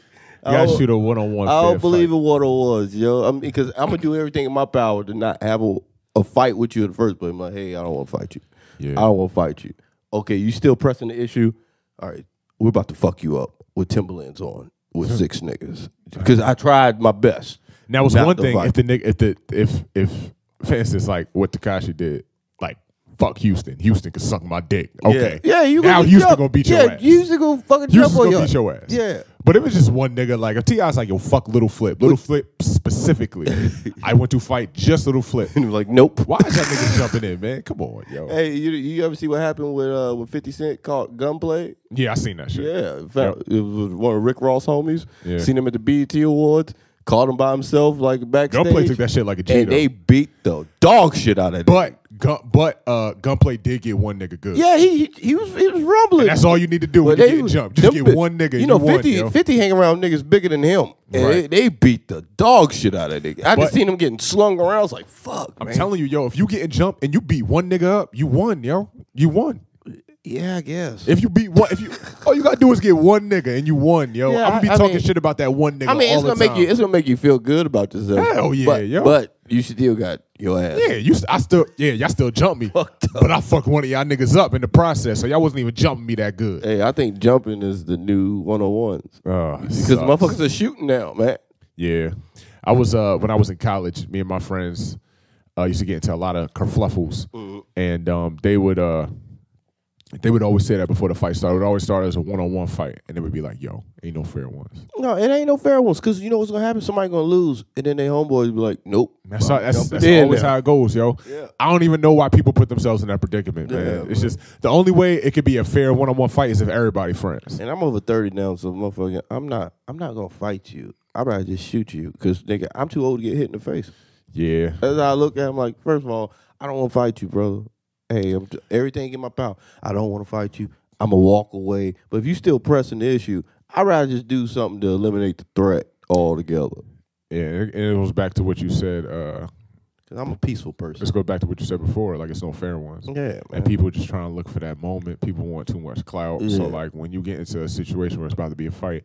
I
gotta
don't-
shoot a one on one.
I
fair
don't believe
fight.
in what it was, yo. I mean, because I'm gonna do everything in my power to not have a, a fight with you in the first place. I'm like, hey, I don't want to fight you.
Yeah.
I don't want to fight you. Okay, you still pressing the issue. All right, we're about to fuck you up with Timberlands on with six niggas because I tried my best.
Now it's
Not
one
the
thing
fight.
if the nigga if the if if for instance like what Takashi did, like fuck Houston, Houston could suck my dick. Okay,
Yeah, yeah you
now
gonna
Houston
jump.
gonna beat
yeah,
your ass.
Houston gonna fucking
Houston's
jump on
gonna
your
beat your ass.
Yeah,
But if it's just one nigga, like if Ti's like, yo, fuck Little Flip, Little Flip specifically, I want to fight just Little Flip.
And you're like, nope.
Why is that nigga jumping in, man? Come on, yo.
Hey, you, you ever see what happened with uh with Fifty Cent called Gunplay?
Yeah, I seen that shit.
Yeah, in fact, it was one of Rick Ross homies.
Yeah.
Seen him at the BET Awards. Called him by himself, like backstage.
Gunplay took that shit like a G.
and
though.
they beat the dog shit out of that.
But gun, but uh, Gunplay did get one nigga good.
yeah, he he was he was rumbling.
that's all you need to do when
But
you
they
get
was-
jumped. Just
them
get
bi-
one nigga.
You know,
won,
50,
yo.
50 hang around niggas bigger than him. And
Right.
they, they beat the dog shit out of niggas. I
But-
just seen him getting slung around. I was like, fuck,
I'm
man.
telling you, yo, if you getting jumped and you beat one nigga up, you won, yo. You won.
yeah, I guess.
If you beat one, if you all you gotta do is get one nigga and you won, yo.
Yeah,
I'm gonna be
I- I
talking
mean-
shit about that one nigga.
I mean, it's
all the
gonna make
time.
you it's gonna make you feel good about yourself.
Hell yeah,
but,
yo.
But you still got your ass.
Yeah, you. st- I still. Yeah, y'all still jump me,
Fucked up.
but I fucked one of y'all niggas up in the process, so y'all wasn't even jumping me that good.
Hey, I think jumping is the new 101s. Eh, Because
Because
motherfuckers are shooting now, man.
Yeah, I was uh when I was in college, me and my friends uh, used to get into a lot of kerfluffles, and um they would uh they would always say that before the fight started. It would always start as a one on one fight, and it would be like, "Yo, ain't no fair ones."
No, it ain't no fair ones. Cause you know what's gonna happen? Somebody gonna lose, and then they homeboys be like, Nope.
That's how, that's,
jumping
that's
in
always
now.
how it goes, yo.
Yeah.
I don't even know why people put themselves in that predicament, man.
Yeah,
it's just the only way it could be a fair one on one fight is if everybody friends.
And I'm over thirty now, so motherfucker, I'm not. I'm not gonna fight you. I'd rather just shoot you, cause nigga, I'm too old to get hit in the face.
Yeah.
As I look at him, like, first of all, I don't want to fight you, brother. Hey, I'm t- everything in my power. I don't want to fight you. I'm gonna walk away. But if you still pressing the issue, I'd rather just do something to eliminate the threat altogether.
Yeah, it, it goes back to what you said. Uh,
Cause I'm a peaceful person.
let's go back to what you said before. Like it's no fair ones,
Yeah,
and
man.
people just trying to look for that moment. People want too much clout. So
Yeah.
like when you get into a situation where it's about to be a fight,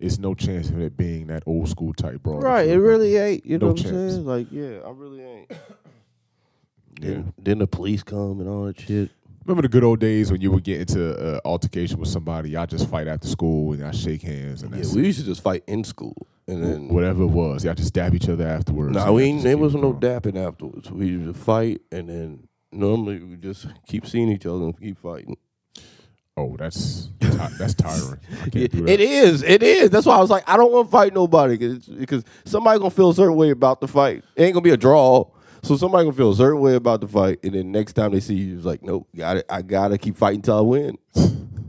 it's no chance of it being that old school type brawl. that
Right,
you
it
remember.
really ain't. You know
No
what I'm
chance.
saying? Like, yeah, I really ain't.
Yeah.
Then, then the police come and all that shit.
Remember the good old days when you would get into an altercation with somebody. Y'all just fight after school and y'all shake hands and
Yeah,
that's
we used to just fight in school, and then
whatever it was. Y'all just stab each other afterwards.
No,
and
we
y'all
ain't,
just
there
keep it
wasn't no
going.
dapping afterwards. We used to fight, and then normally we just keep seeing each other and keep fighting.
Oh, that's ti- that's tiring. I can't do that.
It is, it is. That's why I was like, I don't want to fight nobody because somebody gonna feel a certain way about the fight. It ain't gonna be a draw. So somebody gonna feel a certain way about the fight, and then next time they see you, it's like, nope, got it. I gotta keep fighting till I win.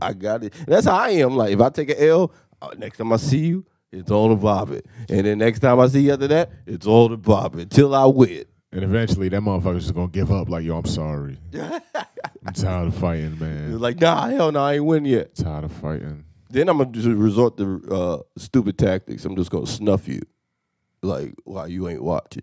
I got it. And that's how I am. Like if I take an L, uh, next time I see you, it's all to bob it, and then next time I see you after that, it's all to bob it till I win.
And eventually, that motherfucker's just gonna give up. Like, yo, I'm sorry. I'm tired of fighting,
It's
man.
like, nah, hell no, I ain't win yet.
Tired of fighting.
Then I'm gonna just resort to uh, stupid tactics. I'm just gonna snuff you, like while you ain't watching.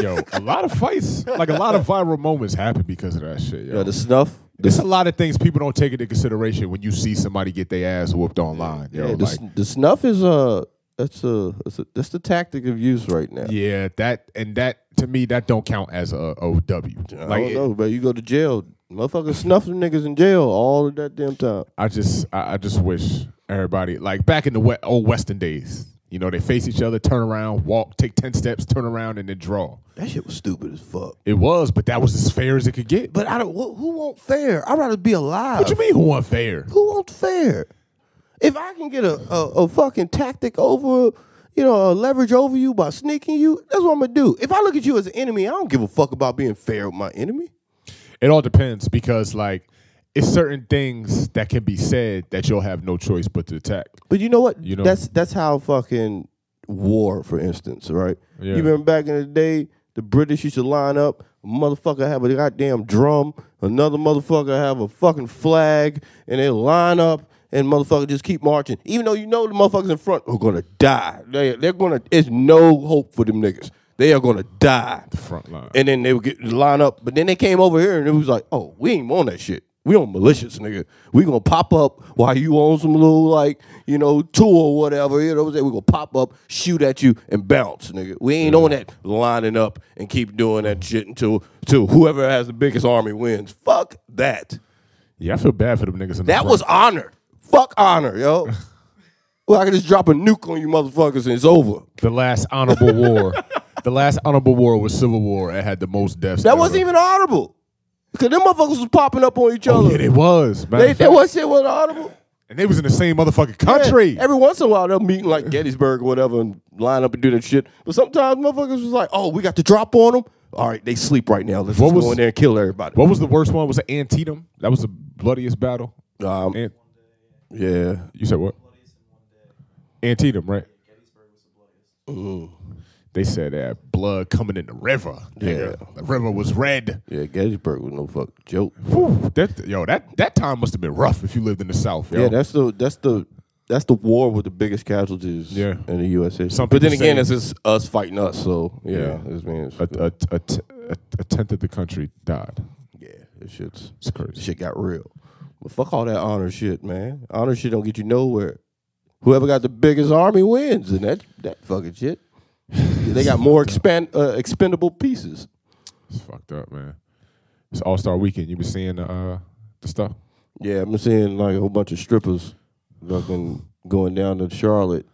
Yo, a lot of fights, like a lot of viral moments, happen because of that shit. Yo.
You know, the snuff. The,
There's a lot of things people don't take into consideration when you see somebody get their ass whooped online. Yo,
yeah, the,
like,
the snuff is uh, that's a, that's a that's the tactic of use right now.
yeah, that and that to me, that don't count as a OW.
I
Like,
don't
it-
know, but you go to jail, motherfuckers snuff them niggas in jail all of that damn time.
I just I, I just wish everybody like back in the we- old Western days. You know, they face each other, turn around, walk, take ten steps, turn around, and then draw.
That shit was stupid as fuck.
It was, but that was as fair as it could get.
But I don't. Who, who want fair? I'd rather be alive.
What you mean who unfair?
Who wants fair? If I can get a, a, a fucking tactic over, you know, a leverage over you by sneaking you, that's what I'm gonna do. If I look at you as an enemy, I don't give a fuck about being fair with my enemy.
It all depends because like it's certain things that can be said that you'll have no choice but to attack.
But you know what?
You know-
that's that's how fucking war, for instance, right?
Yeah.
You remember back in the day, the British used to line up. A motherfucker have a goddamn drum. Another motherfucker have a fucking flag, and they line up. And motherfucker just keep marching, even though you know the motherfuckers in front are gonna die. They they're gonna. It's no hope for them niggas. They are gonna die.
Front line.
And then they would get line up. But then they came over here and it was like, oh, we ain't on that shit. We on malicious, nigga. We gonna pop up while you on some little like, you know, tour or whatever. You know what I'm saying? We gonna pop up, shoot at you, and bounce, nigga. We ain't on that lining up and keep doing that shit until until whoever has the biggest army wins. Fuck that.
yeah, I feel bad for them niggas. In the
That
front.
was honor. Fuck honor, yo. well, I can just drop a nuke on you motherfuckers and it's over.
the last honorable war. The last honorable war was Civil War. It had the most deaths.
That
ever.
wasn't even honorable. Cause them motherfuckers was popping up on each other.
Oh, yeah, it was. Matter
They,
of
that
fact.
one shit was audible.
And they was in the same motherfucking country.
Every once in a while, they'll meet in like Gettysburg or whatever and line up and do that shit. But sometimes motherfuckers was like, oh, we got the drop on them. All right, they sleep right now. Let's
What
just
was-
go in there and kill everybody.
what was the worst one? Was it Antietam? That was the bloodiest battle.
Um,
Ant-
yeah.
you said what? Antietam, right? They said that blood coming in the river. nigga.
Yeah.
The river was red.
Yeah, Gettysburg was no fucking joke.
Whew, that yo, that that time must have been rough if you lived in the South. Yo.
Yeah, that's the that's the that's the war with the biggest casualties
Yeah.
in the U.S. history.
Some
but then
people
again,
say-
it's just us fighting us. So yeah,
Yeah.
it's been it's,
a, a, a, a, a tenth of the country died.
yeah, this shit's
It's crazy.
shit got real. But fuck all that honor shit, man. Honor shit don't get you nowhere. Whoever got the biggest army wins, and that that fucking shit. they got more expand uh, expendable pieces.
It's fucked up, man. It's All Star Weekend. You been seeing the uh, the stuff?
Yeah, I'm seeing like a whole bunch of strippers fucking going down to Charlotte.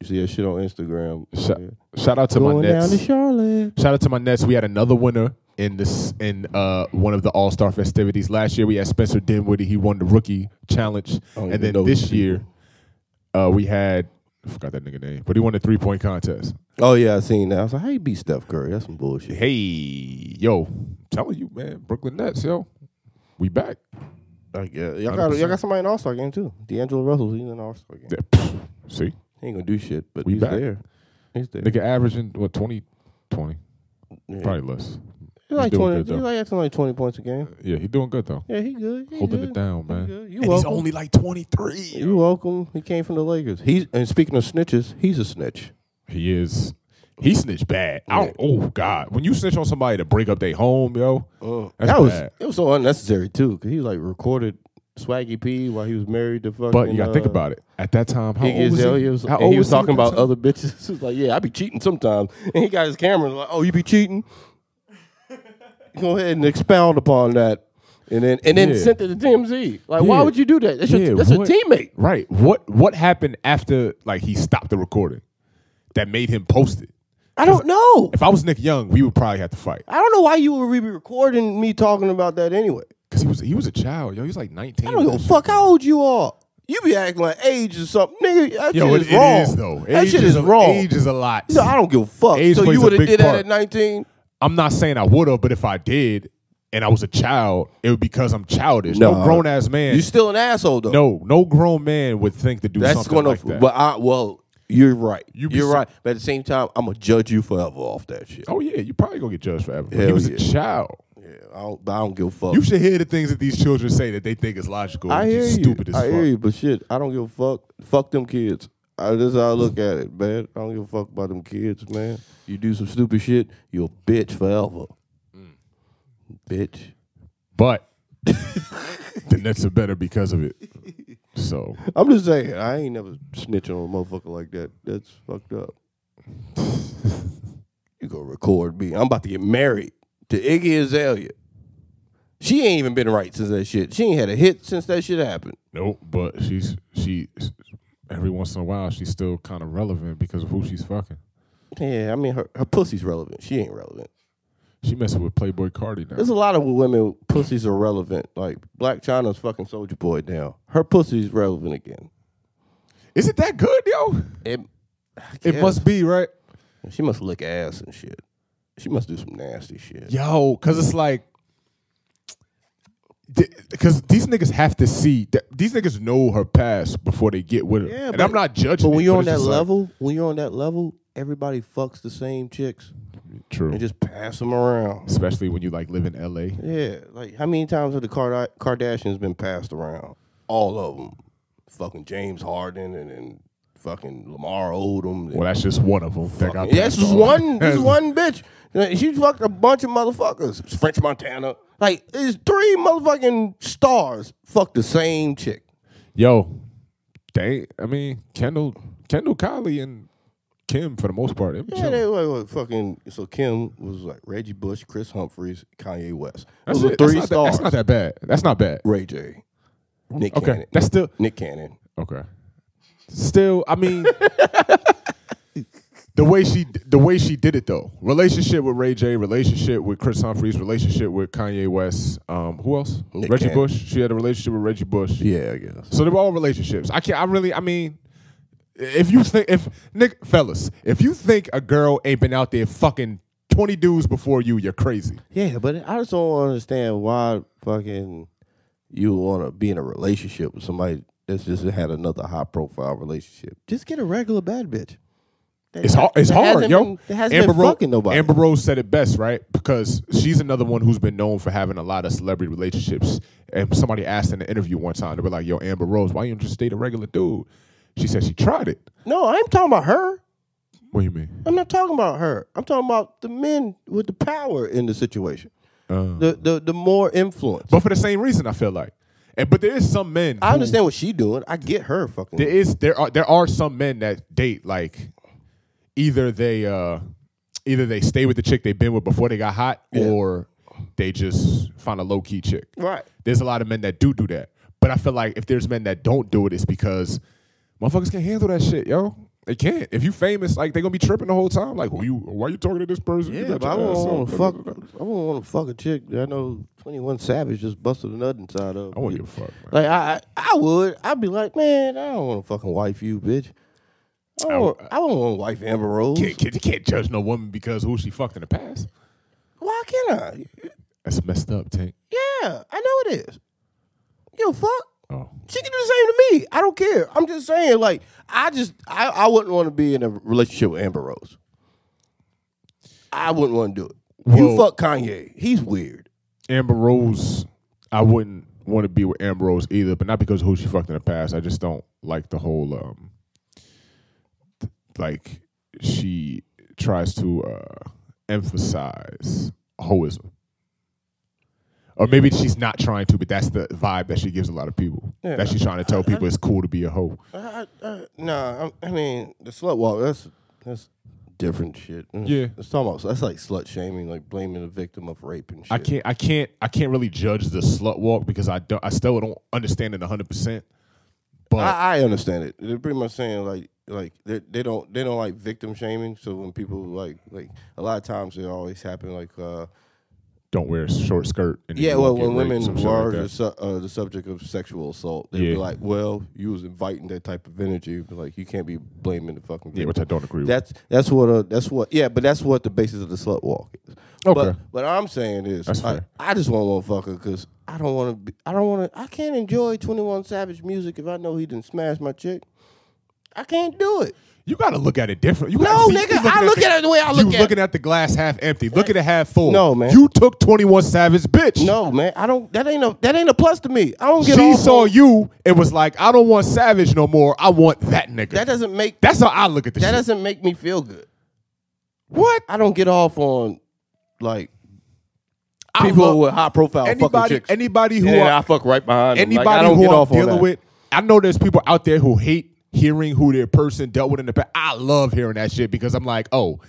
You see that shit on Instagram.
Shout,
Yeah.
shout out to my
Going down to
Nets.
Charlotte.
Shout out to my Nets. We had another winner in this in uh, one of the All Star festivities last year. We had Spencer Dinwiddie. He won the rookie challenge,
don't Oh, even
and then
know
this
these people.
year, uh, we had I forgot that nigga name, but he won the three point contest.
Oh yeah, I seen that. I was like, how you beat Steph Curry? That's some bullshit.
Hey, yo, I'm telling you, man, Brooklyn Nets, yo, we back.
I guess. Y'all got, y'all got somebody in All Star game too. D'Angelo Russell, he's in All Star game.
Yeah, pff, See,
He ain't gonna do shit, but
We
he's
back.
there. He's there.
nigga, averaging what 20, 20,
Yeah.
probably less.
He's like
doing
twenty.
good, though.
he's like acting like twenty points a game.
Yeah, he doing good though.
Yeah, he good. He
Holding
good.
it down,
He
man.
good. You
and he's
welcome.
only like 23.
you welcome. He came from the Lakers. He's and speaking of snitches, he's a snitch.
He is. He snitched bad. I don't, oh God! When you snitch on somebody to break up their home, yo, that's
Uh, that was
bad.
it was so unnecessary too. Cause he like recorded Swaggy P while he was married to fucking.
But you gotta think
uh,
about it. At that time, how
Big
old was
Izzy,
he?
he was,
how
and
old
he was
at
talking
that
about
time?
other bitches. He's like, yeah, I be cheating sometimes. And he got his camera and like, oh, you be cheating? Go ahead and expound upon that. And then and then
Yeah.
sent it to TMZ. Like, why
Yeah.
would you do that? That's your,
Yeah,
that's your
what-
teammate.
Right. What What happened after like he stopped the recording that made him post it?
I don't know.
If I was Nick Young, we would probably have to fight
I don't know why you would be recording me talking about that anyway.
because he was he was a child, yo. He was like nineteen.
I don't give a fuck how old you are. You be acting like age or something, nigga. That
Yo,
shit
it,
is
it
wrong.
is, though.
that
Age
shit is
a-
wrong.
Age is a lot.
so I don't give a fuck.
Age
so
plays
you
a
would have
big
did
part.
that at nineteen?
I'm not saying I would have, but if I did and I was a child, it would be because I'm childish. No,
Nah.
grown ass man.
You still an asshole though.
No, no grown man would think to do
That's
something
going
like
to.
that.
But I, well, you're right.
You
You
be
are
so-
right. But at the same time, I'm gonna judge you forever off that shit.
oh yeah, you probably gonna get judged forever. But he
Hell
was
yeah.
a child.
Yeah, I don't, but I don't give a fuck.
You should hear the things that these children say that they think is logical.
I
and
hear
just
you.
Stupid as
I
fuck.
hear you. But shit, I don't give a fuck. Fuck them kids. I, that's how I look at it, man. I don't give a fuck about them kids, man. You do some stupid shit, you're a bitch forever.
Mm.
Bitch.
But the Nets are better because of it. So
I'm just saying, I ain't never snitching on a motherfucker like that. That's fucked up. you gonna record me? I'm about to get married to Iggy Azalea. She ain't even been right since that shit. She ain't had a hit since that shit happened.
nope. But she's she every once in a while she's still kind of relevant because of who she's fucking.
Yeah, I mean her, her pussy's relevant. She ain't relevant.
She messing with Playboy Cardi now.
There's a lot of women pussies are relevant. Like Black China's fucking Soldier Boy now. Her pussy's relevant again.
Is it that good, yo?
It,
It
Yeah.
must be right.
she must lick ass and shit. She must do some nasty shit.
Yo, because it's like, because these niggas have to see that these niggas know her past before they get with her.
Yeah,
and
but-
I'm not judging.
But when
it,
you're on
it's
that
just like-
level, when you're on that level, everybody fucks the same chicks
true.
and just pass them around.
Especially when you like live in L.A.
Yeah, like how many times have the Karda- Kardashians been passed around? All of them. Fucking James Harden and, and fucking Lamar Odom. and-
Well, that's just one of them. That got
yeah, this
passed
is
on.
one. This is one bitch. Like, She fucked a bunch of motherfuckers. It's French Montana. Like there's three motherfucking stars. Fuck the same chick.
Yo, they. I mean, Kendall, Kendall, Kylie, and Kim for the most part. they be
Yeah,
chilling.
they were like, fucking. So Kim was like Reggie Bush, Chris Humphries, Kanye West.
that's
Those are
it.
three
that's
stars.
Not that, that's not that bad. That's not bad.
Ray J, Nick
Okay,
Cannon.
that's still
Nick Cannon.
okay. Still, I mean, the way she the way she did it though. Relationship with Ray J, relationship with Chris Humphries, relationship with Kanye West. Um, who else? Who?
Nick
Reggie
Cannon.
Bush. She had a relationship with Reggie Bush.
Yeah, I guess.
So they were all relationships. I can't. I really. I mean, if you think if Nick fellas, if you think a girl ain't been out there fucking twenty dudes before you, you're crazy.
Yeah, but I just don't understand why fucking you want to be in a relationship with somebody that's just had another high profile relationship. Just get a regular bad bitch. That-
It's hard. It's
that
hard,
hasn't
yo.
been- that hasn't been
Ro-
fucking nobody.
Amber Rose said it best, right? Because she's another one who's been known for having a lot of celebrity relationships. And somebody asked in an interview one time, they were like, "Yo, Amber Rose, why you don't just date a regular dude?" She said she tried it.
no, I ain't talking about her.
What do you mean?
I'm not talking about her. I'm talking about the men with the power in the situation.
Oh.
the, the the more influence.
But for the same reason, I feel like. And but there is some men.
I
who-
understand what she doing. I get her fucking.
there is there are there are some men that date like either they uh either they stay with the chick they've been with before they got hot or they just find a low key chick.
Right.
There's a lot of men that do do that. But I feel like if there's men that don't do it it's because motherfuckers can't handle that shit, yo. They can't. If you famous, like they're gonna be tripping the whole time. Like, who you why you talking to this person? You
Yeah,
got
but I
your ass
wouldn't want to
up.
fuck. I wouldn't want to fuck a chick that I know Twenty One Savage just busted a nut inside of.
I wouldn't give a fuck, man.
Like I, I I would. I'd be like, man, I don't want to fucking wife you, bitch. I don't, want, I don't want to wife Amber Rose.
You can't, you can't judge no woman because who she fucked in the past.
Why can't I?
That's messed up, Tank.
Yeah, I know it is. Yo, fuck.
Oh.
She can do the same to me. I don't care. I'm just saying, like, I just, I, I wouldn't want to be in a relationship with Amber Rose. I wouldn't want to do it. You
Well-
fuck Kanye. He's weird.
Amber Rose, I wouldn't want to be with Amber Rose either, but not because of who she fucked in the past. I just don't like the whole um th- like she tries to uh emphasize hoism. Or maybe she's not trying to, but that's the vibe that she gives a lot of people. That she's trying to tell people it's cool to be a hoe.
I, I, nah, I, I mean, the slut walk, that's, that's different shit. It's-
Yeah.
It's almost, that's like slut shaming, like blaming the victim of rape and shit.
I can't, I can't, I can't really judge the slut walk because I don't, I still don't understand it hundred percent. But
I, I understand it. They're pretty much saying like like they they don't they don't like victim shaming. So when people like like a lot of times it always happen like uh
don't wear a short skirt. And
yeah
you
well
won't get
when
raped,
women
some shit like
were
that.
the, su- uh, the subject of sexual assault they'd be
Yeah.
like well you was inviting that type of energy but like you can't be blaming the fucking
Yeah, which I don't agree
that's that's what uh, that's what yeah but that's what the basis of the slut walk is. But
Okay.
what I'm saying is
That's
I,
fair.
I just want one fucker because I don't want to be I don't want to I can't enjoy 21 Savage music if I know he didn't smash my chick. I can't do it.
with. You got to look at it different. You
No,
gotta see-
nigga,
you looking
I look at it the way I look
You
at
looking at the glass half empty. Look at it half full.
No, man.
You took 21 Savage, bitch.
No man, I don't. That ain't a that ain't a plus to me. I don't get.
She
off
saw
on-
you and was like, I don't want Savage no more. I want that nigga.
That doesn't make that,
That's how I look at this shit.
doesn't make me feel good.
what?
I don't get off on like
I
people
love-
with high profile fucking
anybody,
chicks.
anybody who
yeah,
are
I fuck right behind. them.
anybody
like, I don't
who
get
I'm
off on
dealing
that.
with, I know there's people out there who hate hearing who their person dealt with in the past. I love hearing that shit because I'm like, oh,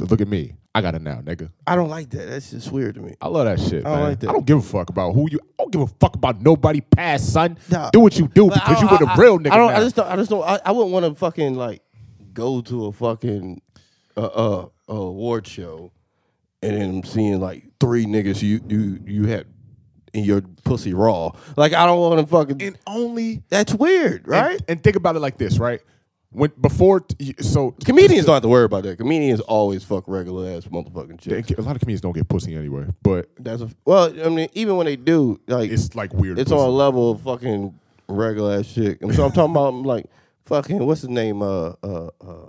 look at me. I got it now, nigga.
I don't like that. That's just weird to me.
I love that shit.
I don't
man.
like that.
I don't give a fuck about who you. I don't give a fuck about nobody past, son.
Nah.
Do what you do
But I
because you were
don't-
the
I-
real nigga.
I don't. I
now.
just don't. I just don't. I, I wouldn't want to fucking like go to a fucking uh, uh, uh, award show and then seeing like three niggas you you you had in your pussy raw. Like I don't want to fucking.
and only
that's weird,
and-
right?
And, think about it like this, right? When before t- so
Comedians don't have to worry about that. Comedians always fuck regular ass motherfucking chicks.
a lot of comedians don't get pussy anyway, but
That's a, well, I mean, even when they do, like it's,
it's like weird.
on a
pussy.
level of fucking regular ass chick. And so I'm talking about like fucking what's his name? Uh, uh, uh, uh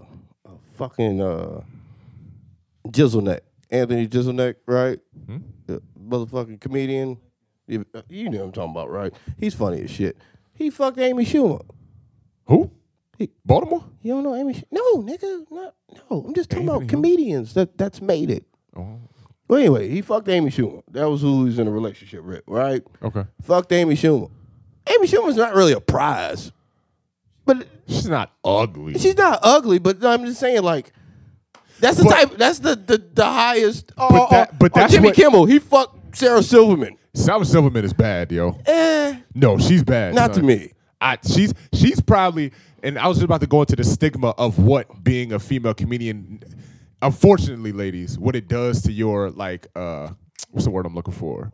fucking uh, Jizzleneck, Anthony Jizzleneck, right? The motherfucking comedian. You uh, you know what I'm talking about, right? He's funny as shit. He fucked Amy Schumer.
who
He-
Baltimore.
You don't know Amy? Sch- No, nigga, not, no. I'm just talking about comedians that that's made it. Well, anyway, he fucked Amy Schumer. That was who he was in a relationship with, right?
Okay,
Fucked Amy Schumer. Amy Schumer's not really a prize, but
she's not ugly.
she's not ugly. But I'm just saying, like, that's the
But-
type. That's the the, the highest. But,
that- but that's
Jimmy
what-
Kimmel. He fucked Sarah Silverman.
Sarah Silverman is bad, yo.
Eh,
No, she's bad.
not to
son.
me.
I, she's she's probably, and I was just about to go into the stigma of what being a female comedian. Unfortunately, ladies, what it does to your like, uh, what's the word I'm looking for?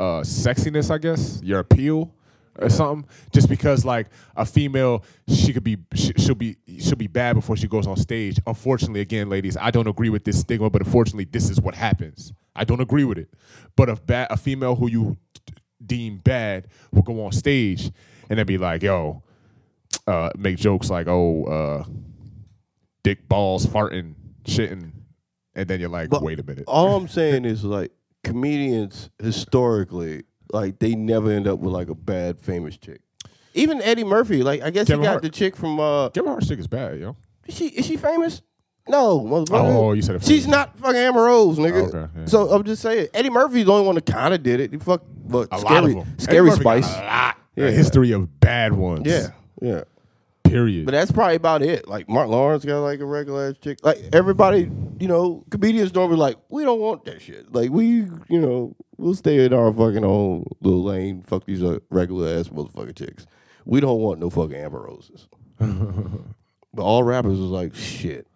Uh, sexiness, I guess. Your appeal or something. Just because like a female, she could be, she, she'll be, she'll be bad before she goes on stage. Unfortunately, again, ladies, I don't agree with this stigma, but unfortunately, this is what happens. I don't agree with it. But a bad, a female who you deem bad will go on stage and they'll be like, yo, uh, make jokes like, oh, uh, dick balls farting, shitting. And then you're like,
But-
wait a minute.
All I'm saying is like comedians historically, like they never end up with like a bad famous chick. Even Eddie Murphy, like I guess
Kevin
he got
Hart.
the chick from uh
Kevin Hart's chick is bad, yo.
is she is she famous? No, motherfucker.
Oh, you said it
she's
famous.
not fucking Amber Rose, nigga.
Okay, yeah.
So I'm just saying, Eddie Murphy's the only one that kind of did it. He fuck, but
A
scary,
lot of them.
scary
Eddie Murphy got
Spice.
A lot.
Yeah.
A history of bad ones.
Yeah, yeah.
Period.
But that's probably about it. Like Mark Lawrence got like a regular ass chick. Like everybody, you know, comedians don't be like, we don't want that shit. Like we, you know, we'll stay in our fucking own little lane. Fuck these uh, regular ass motherfucking chicks. We don't want no fucking Amber Roses. but all rappers was like, shit.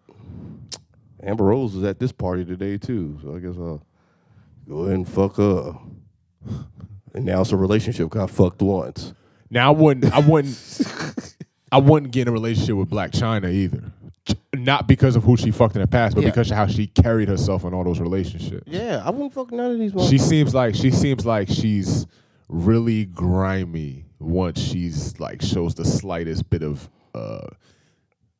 Amber Rose is at this party today too, so I guess I'll go ahead and fuck her. And now it's a relationship. Got fucked once.
now I wouldn't I wouldn't I wouldn't get in a relationship with Black China either. Ch- Not because of who she fucked in the past, but
Yeah.
because of how she carried herself in all those relationships.
Yeah, I wouldn't fuck none of these.
She seems like she seems like she's really grimy once she's like shows the slightest bit of uh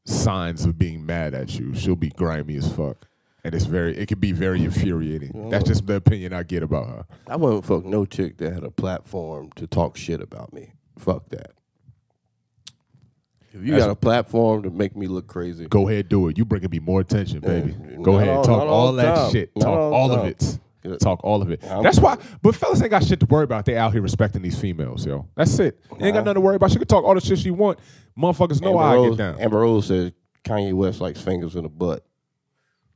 signs of being mad at you. She'll be grimy as fuck. And it's very it can be very infuriating. That's just the opinion I get about her.
I wouldn't fuck no chick that had a platform to talk shit about me. Fuck that. If you
That's-
got a platform to make me look crazy,
Go ahead, do it. You bringing me more attention, baby.
Mm,
Go
not
ahead,
all-
talk
not
all,
all the
that
time.
shit.
Not
Talk
all
all,
the
of
time.
it.
Yeah.
Talk all of it.
I'm-
That's why, but fellas ain't got shit to worry about. They out here respecting these females, yo. That's it. Ain't got nothing to worry about. She could talk all the shit she want. Motherfuckers know
Amber
how I
Rose,
get down.
Amber Rose said Kanye West likes fingers in the butt.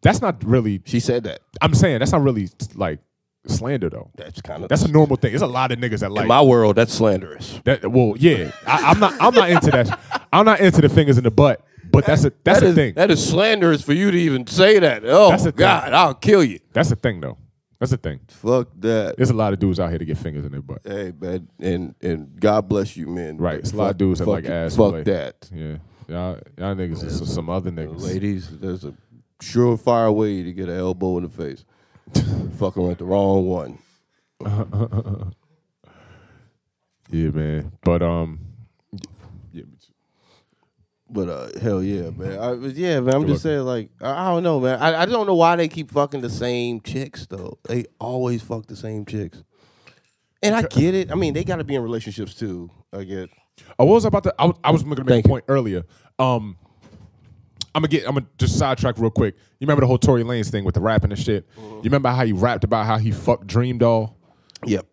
That's not really.
She said that.
I'm saying that's not really like slander though.
That's kind of
That's a normal thing. It's a lot of niggas that like
in my world. That's slanderous.
that. Well, yeah, I, I'm not. I'm not into that. I'm not into the fingers in the butt. But that's a that's
That
a
is-
thing.
That is slanderous for you to even say that. Oh
That's a thing.
God, I'll kill you.
That's a thing though. That's a thing.
Fuck that.
There's a lot of dudes out here to get fingers in their butt.
Hey man, and and God bless you, men.
Right, it's a lot of dudes that
fuck
like
you-
ass
Fuck
play.
that.
Yeah, y'all, y'all niggas is some, some other niggas.
Ladies, there's a surefire way to get an elbow in the face. Fucking with the wrong one.
Yeah, man. But um, yeah,
But uh, hell yeah, man. I, but yeah, man. I'm just saying, like, I, I don't know, man. I, I don't know why they keep fucking the same chicks though. They always fuck the same chicks. And I get it. I mean, they got to be in relationships too. I get.
I was about to. I was, I was going to make
Thank
a
you.
point earlier. Um, I'm gonna get. I'm gonna just sidetrack real quick. You remember the whole Tory Lanez thing with the rapping and shit? You remember how he rapped about how he fucked Dream Doll?
Yep.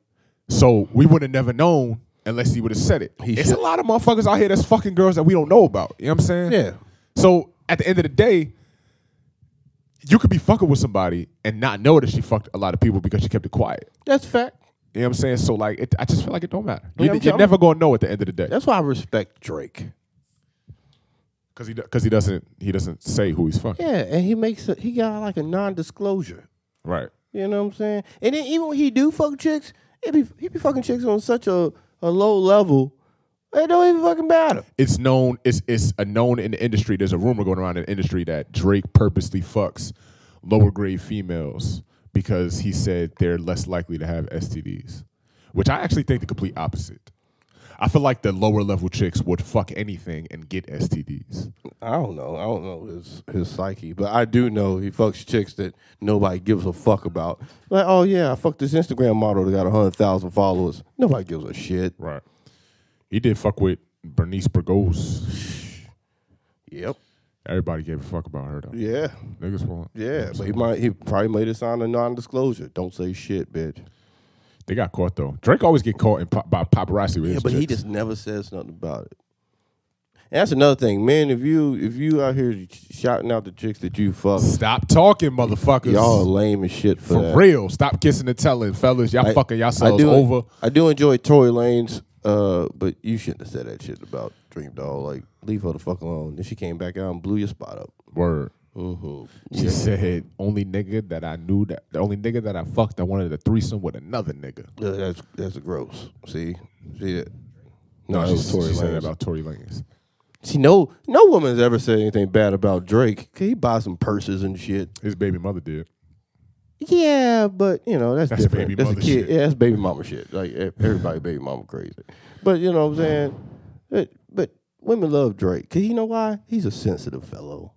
So we would have never known unless he would have said it.
He
it's
should.
a lot of motherfuckers out here that's fucking girls that we don't know about. You know what I'm saying?
Yeah.
So at the end of the day, you could be fucking with somebody and not know that she fucked a lot of people because she kept it quiet.
That's fact.
You know what I'm saying? So like, it, I just feel like it don't matter. You,
Yeah, I'm
you're
telling-
never gonna know at the end of the day
That's why I respect Drake.
because he because he doesn't he doesn't say who he's fucking.
Yeah, and he makes a, he got like a non-disclosure.
Right.
You know what I'm saying? And then even when he do fuck chicks, he be he be fucking chicks on such a, a low level, it don't even fucking matter.
It's known. It's it's a known in the industry. There's a rumor going around in the industry that Drake purposely fucks lower grade females because he said they're less likely to have STDs, which I actually think the complete opposite. I feel like the lower level chicks would fuck anything and get STDs.
I don't know. I don't know his his psyche, but I do know he fucks chicks that nobody gives a fuck about. Like, oh yeah, I fucked this Instagram model that got hundred thousand followers. Nobody gives a shit.
Right. He did fuck with Bernice Burgos.
Yep.
Everybody gave a fuck about her though.
Yeah.
Niggas want.
Yeah. But he might he probably made it sign a non-disclosure. Don't say shit, bitch.
They got caught though. Drake always get caught in pop- by paparazzi with
Yeah,
his
but he
chicks.
just never says nothing about it. And that's another thing, man. If you if you out here sh- shouting out the chicks that you fuck,
Stop talking, motherfuckers.
y'all are lame as shit for,
For
that.
real, stop kissing and telling, fellas. Y'all
I-
fucking
I
yourselves
do,
over.
I do enjoy Tory Lane's Uh, but you shouldn't have said that shit about Dream Doll. Like, leave her the fuck alone. Then she came back out and blew your spot up.
Word.
Mm-hmm.
She said, "Only nigga that I knew that the only nigga that I fucked that wanted a threesome with another nigga."
Yeah, that's that's gross. See, see that?
No,
No, that
she,
was Tory
she said that
Lanez.
about Tory Lanez.
see, no, no woman's ever said anything bad about Drake. He buy some purses and shit.
His baby mother did.
Yeah, but you know that's,
That's
different.
baby
that's
mother
a kid.
shit.
Yeah, that's baby mama shit. Like e- everybody, baby mama crazy. But you know what I'm saying. It- but women love Drake because you know why? He's a sensitive fellow.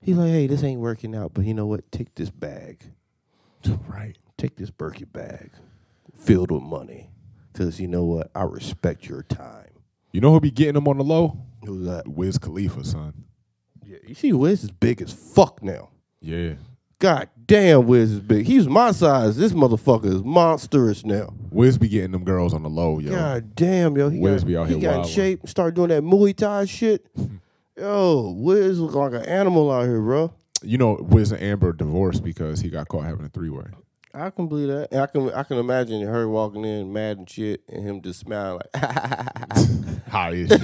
He's like, hey, this ain't working out, but you know what? Take this bag.
Right.
Take this Berkey bag filled with money because you know what? I respect your time.
You know who be getting them on the low?
Who's that?
Wiz Khalifa, son.
Yeah, you see, Wiz is big as fuck now.
Yeah.
God damn, Wiz is big. He's my size. This motherfucker is monstrous now.
Wiz be getting them girls on the low, yo.
God damn, yo. He
Wiz
got,
be out
he
here
got in
wildin'.
shape, start doing that Muay Thai shit. yo, Wiz look like an animal out here, bro.
You know, Wiz and Amber divorced because he got caught having a three way.
I can believe that. And I can I can imagine her walking in mad and shit and him just smiling like
High as shit.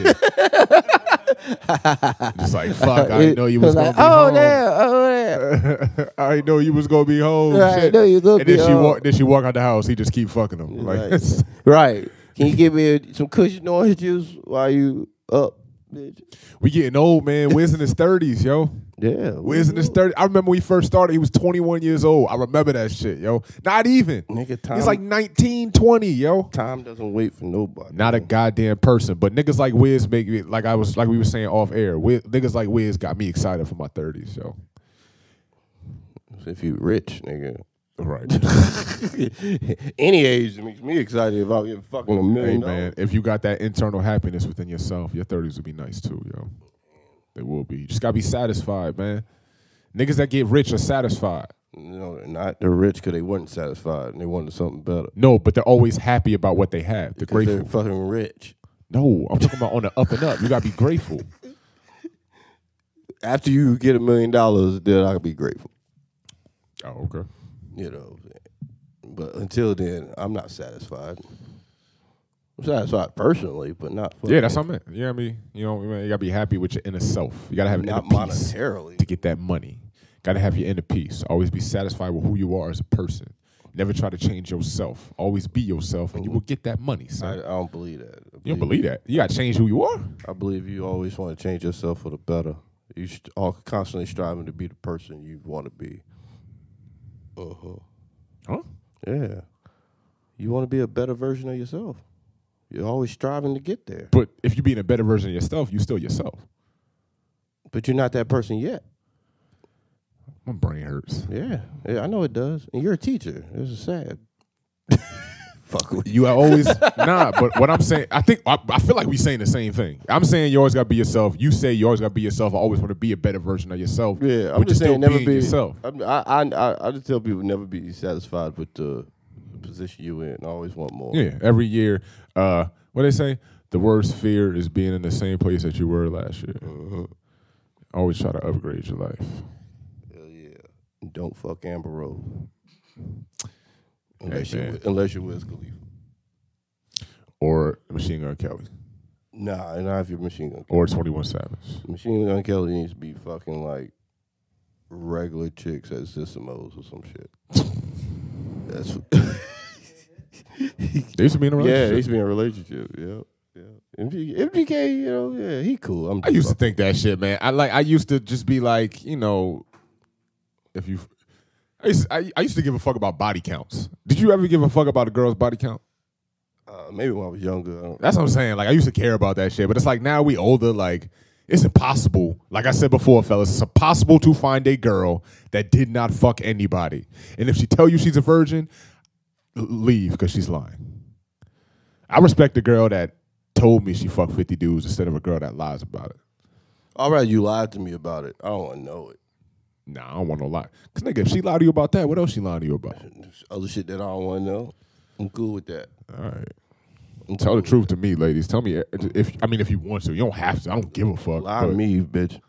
Just like fuck, I didn't know you was gonna
like,
be
Oh
home.
damn, oh damn.
I didn't know you was gonna be home.
I didn't
shit.
know you was gonna
and
be
then she
home.
walk, then she walk out the house. He just keep fucking them. Like,
Right. right. Can you give me a, some cushion orange juice while you up, bitch?
we getting old, man. Wiz in his thirties, yo.
Yeah.
Wiz in his thirties. I remember when we first started. He was twenty one years old. I remember that shit, yo. Not even.
Nigga, time-
He's like 19, 20, yo.
Time doesn't wait for nobody.
Not a goddamn person, but niggas like Wiz make me like I was like we were saying off air. Wiz, niggas like Wiz got me excited for my thirties, yo.
if you rich, nigga.
Right,
Any age makes me excited about getting fucking a
hey man.
million dollars.
If you got that internal happiness within yourself, your thirties would be nice too, yo. They will be. You just gotta be satisfied, man. Niggas that get rich are satisfied.
No, they're not. They're rich because they weren't satisfied and they wanted something better.
No, but they're always happy about what they have. They're
'Cause
grateful.
They're fucking rich.
No, I'm talking about on the up and up. You gotta be grateful.
After you get a million dollars, then I'll be grateful.
Oh, okay.
You know. what I'm saying? But until then, I'm not satisfied. I'm satisfied personally, but not fucking-
Yeah, that's what I meant. You know what I mean? You know, what I mean? you gotta be happy with your inner self. You gotta have an
not
inner peace
monetarily.
to get that money. Gotta have your inner peace. Always be satisfied with who you are as a person. Never try to change yourself. Always be yourself, and you will get that money.
I, I
Son.
don't believe that. I
You don't believe that? You gotta change who you are.
I believe you always want to change yourself for the better. You st- all constantly striving to be the person you want to be. Uh huh.
Uh-huh. Huh?
Yeah. You want to be a better version of yourself. You're always striving to get there,
But if you're being a better version of yourself, you're still yourself.
but you're not that person yet.
My brain hurts.
Yeah. Yeah, I know it does. And you're a teacher. This is sad. Fuck with
You are always nah. But what I'm saying, I think I, I feel like we saying the same thing. I'm saying you always gotta be yourself. You say you always gotta be yourself. I always want to be a better version of yourself.
Yeah, I'm
but
just
you're
saying
still
never
being
be
yourself.
I'm, I, I I I just tell people never be satisfied with the position you in. Always want more.
Yeah, every year. Uh, what they say? The worst fear is being in the same place that you were last year.
Uh-huh.
Always try to upgrade your life.
Hell yeah. Don't fuck Amber Rose. Unless,
Hey,
you,
man.
unless you're Wiz Khalifa.
Or Machine Gun Kelly.
Nah, and not if you're Machine Gun Kelly.
Or 21 Savage.
Machine Gun Kelly needs to be fucking like regular chicks at Sissimos or some shit. That's
They used to be in a
yeah,
relationship.
he's be in a relationship. Yeah, yeah. MG, MGK, you know, yeah, he cool. I'm
I used to think that shit, man. I like. I used to just be like, you know, if you, I used, I, I used to give a fuck about body counts. Did you ever give a fuck about a girl's body count?
uh, maybe when I was younger. I don't,
That's what I'm saying. Like I used to care about that shit, but it's like now we older. Like it's impossible. Like I said before, fellas, it's impossible to find a girl that did not fuck anybody. And if she tell you she's a virgin, l- leave because she's lying. I respect a girl that told me she fucked 50 dudes instead of a girl that lies about it.
all right, you lied to me about it. I don't want to know it.
Nah, I don't want no lie. Cause nigga, if she lied to you about that, what else she lied to you about?
There's other shit that I don't want to know. I'm cool with that.
All right. Tell the truth to me, ladies. Tell me eh, if I mean if you want to. You don't have to. I don't give a fuck.
Lie to
but-
me, bitch.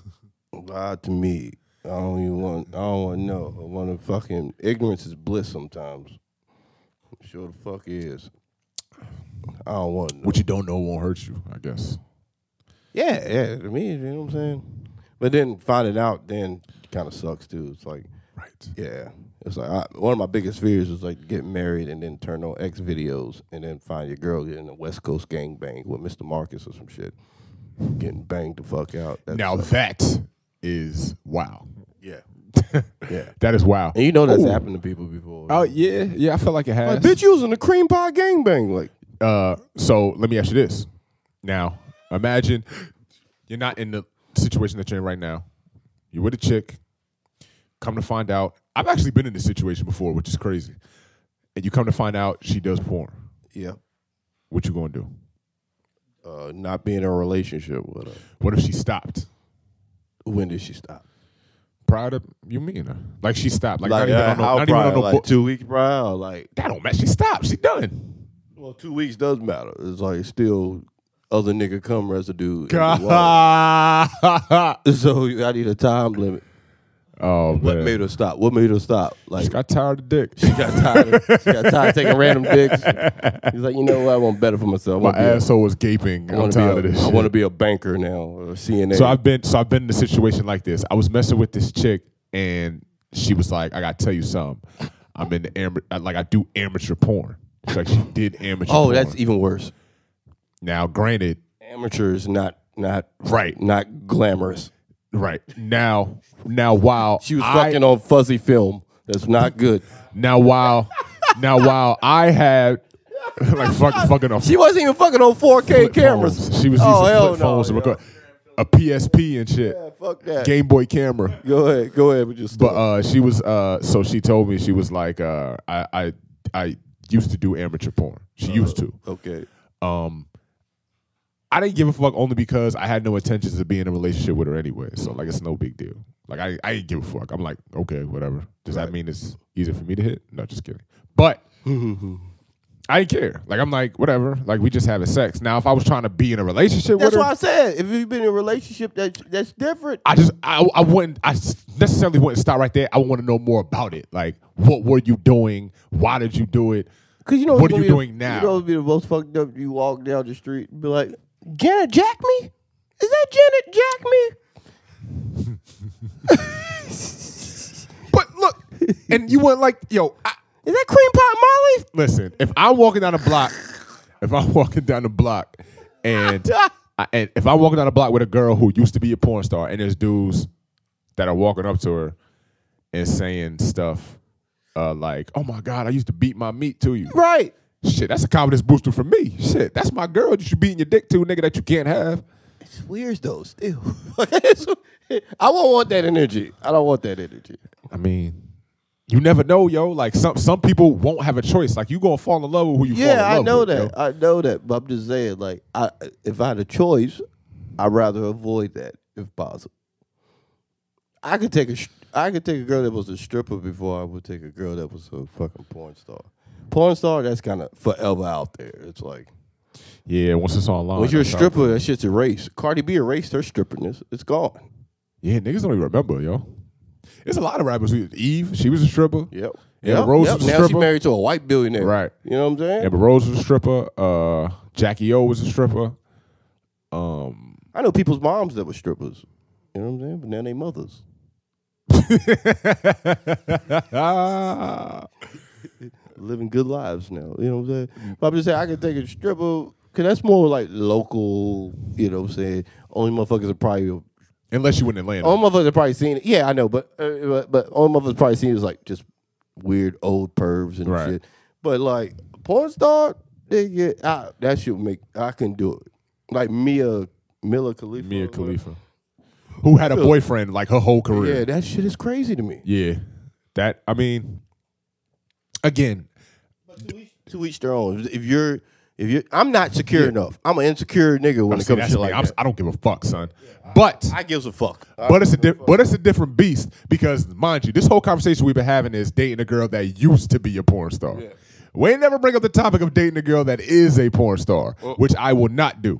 Lie to me. I don't even want. I don't want to know. I want to fucking ignorance is bliss sometimes. Sure the fuck is. I don't want. No.
What you don't know won't hurt you, I guess.
Yeah, yeah. To me, you know what I'm saying. But then finding out then kind of sucks too. It's like,
Right.
yeah, it's like I, one of my biggest fears was like get married and then turn on X videos and then find your girl getting a West Coast gang bang with Mr. Marcus or some shit, getting banged the fuck out. That's,
Now that is wow.
yeah, yeah.
That is wow.
And you know that's
Ooh.
happened to people before.
Oh yeah, yeah. I feel like it has.
Like, bitch, you was in the cream pie gang bang. Like,
Uh, so let me ask you this. Now, imagine you're not in the situation that you're in right now. You're with a chick. Come to find out, I've actually been in this situation before, which is crazy. And you come to find out she does porn.
yeah,
What you gonna do?
uh, not being in a relationship with her.
What if she stopped
When did she stop?
prior to you meaning her? Like she stopped. Like, not even
uh,
on no,
how
not even on
prior?
no
like
book.
two weeks prior, or like
That don't matter. She stopped. She done.
well, two weeks does matter. It's like still other nigga cum residue. in the water.
God.
So I need a time limit.
Oh
What
man.
made her stop? What made her stop?
She
Like
got tired of dick.
she got tired. Of, she got tired of taking random dicks. He's like, you know what? I want better for myself.
My
I want to be a-
asshole was gaping.
I
I'm
want to be,
tired
a-
of this.
I
shit.
want to be a banker now or a CNA.
So I've been so I've been in a situation like this. I was messing with this chick and she was like, I gotta tell you something. I'm in the am- like I do amateur porn. She's like she did amateur
oh,
porn.
that's even worse.
now granted,
Amateur is not not
right,
not glamorous.
right. Now now while
She was
I-
fucking on fuzzy film. That's not good.
now while now while I had like fuck, fucking a
She wasn't even fucking on 4K cameras.
phones. She was using
Oh, hell
flip phones to
no,
record a PSP and shit.
Yeah, fuck that.
Game Boy camera.
Go ahead, go ahead. We just
But uh, she was uh, so she told me she was like uh, I I I used to do amateur porn. She used to.
okay.
I didn't give a fuck only because I had no intentions of being in a relationship with her anyway. So like it's no big deal. Like I I didn't give a fuck. I'm like okay whatever. Does that mean it's easier for me to hit? No, just kidding. But I didn't care. Like I'm like whatever. Like we just having sex. Now if I was trying to be in a relationship
That's
with her,
why I said if you've been in a relationship, that that's different.
I just I, I wouldn't I s- necessarily wouldn't stop right there. I want to know more about it. Like, what were you doing? Why did you do it?
Because you know
what
what's
are
gonna
you
be the-
doing now?
You know, it'd be the most fucked up. You walk down the street and be like, "Janet, jack me? Is that Janet jack me?"
but look, and you weren't like, yo, I,
Is that cream pie
listen. If I'm walking down a block, if I'm walking down the block, and I, and if I'm walking down a block with a girl who used to be a porn star, and there's dudes that are walking up to her and saying stuff uh, like, "Oh my God, I used to beat my meat to you."
Molly? Right.
Shit, that's a confidence booster for me. Shit, that's my girl that you beating your dick to, nigga, that you can't have.
It's weird though. Still, I won't want that energy. I don't want that energy.
I mean, you never know, yo. Like some some people won't have a choice. Like you gonna fall in love with who you fall in
Yeah, I
love
know
with,
that.
yo.
I know that. But I'm just saying, like, I if I had a choice, I'd rather avoid that if possible. I could take a sh- I could take a girl that was a stripper before I would take a girl that was a fucking porn star. Porn star, that's kind of forever out there. It's like
Yeah, once it's online.
when you're
Oh,
a
that's how-
stripper, that shit's erased. Cardi B erased her stripperness. It's gone.
Yeah, niggas don't even remember, yo. There's a lot of rappers. who- Eve, she was a stripper.
Yep.
Yeah,
Yep,
Rose
yep.
was a
Now she's
stripper.
married to a white billionaire.
Right.
You know what I'm saying?
Amber Rose was a stripper. Uh, Jackie O was a stripper.
I know people's moms that were strippers. You know what I'm saying? But now they mothers.
Ah,
living good lives now. You know what I'm
Mm-hmm.
saying? But I'm just saying I can take a stripper because that's more like local. You know what I'm saying? Only motherfuckers are probably
unless you in Atlanta.
only motherfuckers are probably seen it. Yeah, I know, but uh, but, but only motherfuckers probably seen it as like just weird old pervs and
Right.
shit. But like porn star, nigga, I, that should make I can do it. Like Mia Miller Khalifa. or
Mia
whatever.
Khalifa, who had a boyfriend like her whole career.
Yeah, that shit is crazy to me.
Yeah. That I mean again,
To each their own. If you're if you are I'm not secure enough. I'm an insecure nigga when it
see,
comes to
that's
shit
me.
like
I'm,
that.
I don't give a fuck, son. But
I gives a fuck.
but it's a di- but it's a different beast because mind you, this whole conversation we've been having is dating a girl that used to be a porn star. We ain't never bring up the topic of dating a girl that is a porn star, which I will not do.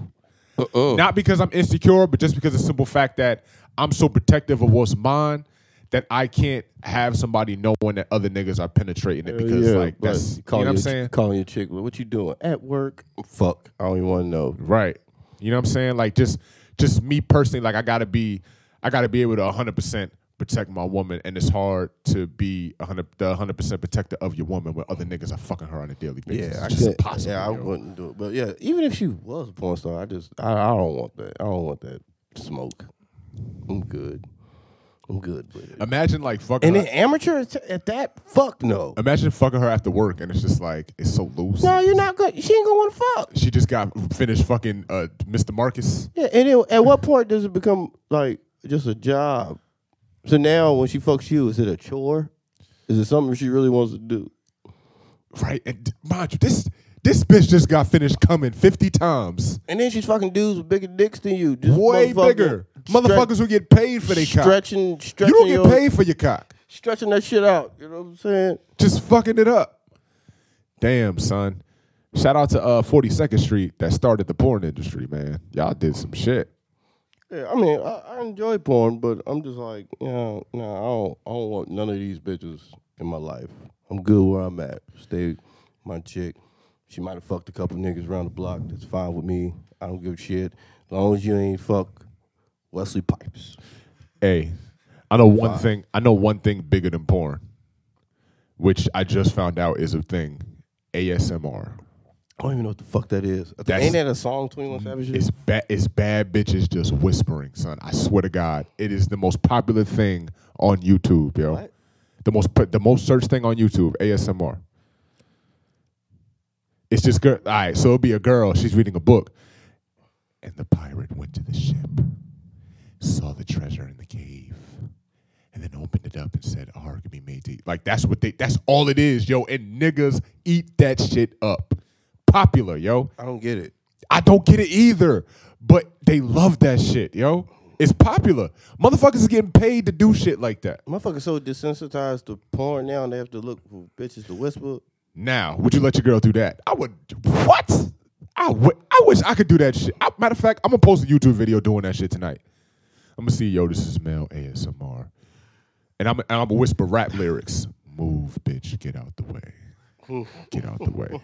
Not because I'm insecure, but just because of the simple fact that I'm so protective of what's mine that I can't have somebody knowing that other niggas are penetrating it because
Yeah,
like
but
that's you know
calling
what I'm
your-
saying.
Calling your chick, what you doing at work? Fuck, I don't even want to know.
Right. You know what I'm saying? Like just just me personally, like I gotta be I gotta be able to hundred percent protect my woman and it's hard to be a hundred the hundred percent protector of your woman when other niggas are fucking her on a daily basis. it's just
yeah,
impossible.
Yeah, I
yo.
wouldn't do it. But yeah, even if she was a porn star, I just I, I don't want that. I don't want that smoke. I'm good. I'm good with it.
Imagine like fucking
And
her,
then amateur at- at that? Fuck no.
imagine fucking her after work and it's just like it's so loose.
No, you're not good. She ain't gonna want to fuck.
She just got finished fucking uh, Mr. Marcus.
Yeah, and then at what point does it become like just a job? So now when she fucks you, is it a chore? Is it something she really wants to do?
Right. And d- mind you, this this bitch just got finished coming 50 times.
And then she's fucking dudes with bigger dicks than you. Just
Way
motherfucking
bigger.
stretch-
Motherfuckers who get paid for their cock.
stretching,
You
stretching.
don't get
your-
paid for your cock.
stretching that shit out. You know what I'm saying?
Just fucking it up. Damn, son. Shout out to uh 42nd Street that started the porn industry, man. Y'all did some shit.
Yeah, I mean, I, I enjoy porn, but I'm just like, you know, no, I don't, I don't want none of these bitches in my life. I'm good where I'm at. Stay with my chick. She might have fucked a couple niggas around the block. That's fine with me. I don't give a shit. As long as you ain't fuck Wesley Pipes.
Hey, I know one thing. I know one thing bigger than porn, which I just found out is a thing. ASMR.
I don't even know what the fuck that is. I think-
That's-
ain't that a song, 21 Savage?
It's bad. It's bad bitches just whispering, son. I swear to God, it is the most popular thing on YouTube, yo.
What?
The most put the most searched thing on YouTube, ASMR. It's just girl. All right, so it'll be a girl. She's reading a book, and the pirate went to the ship, saw the treasure in the cave, and then opened it up and said, "Our can be made to eat." Like that's what they. That's all it is, yo. And niggas eat that shit up. Popular, yo.
I don't get it.
I don't get it either. But they love that shit, yo. It's popular. Motherfuckers is getting paid to do shit like that.
Motherfuckers so desensitized to porn now, they have to look for bitches to whisper.
Now, would you let your girl do that? I would. What? I would. I wish I could do that shit. I, matter of fact, I'm gonna post a YouTube video doing that shit tonight. I'm gonna see, yo, this is male ASMR, and I'm and I'm gonna whisper rap lyrics. Move, bitch, get out the way. Get out the way.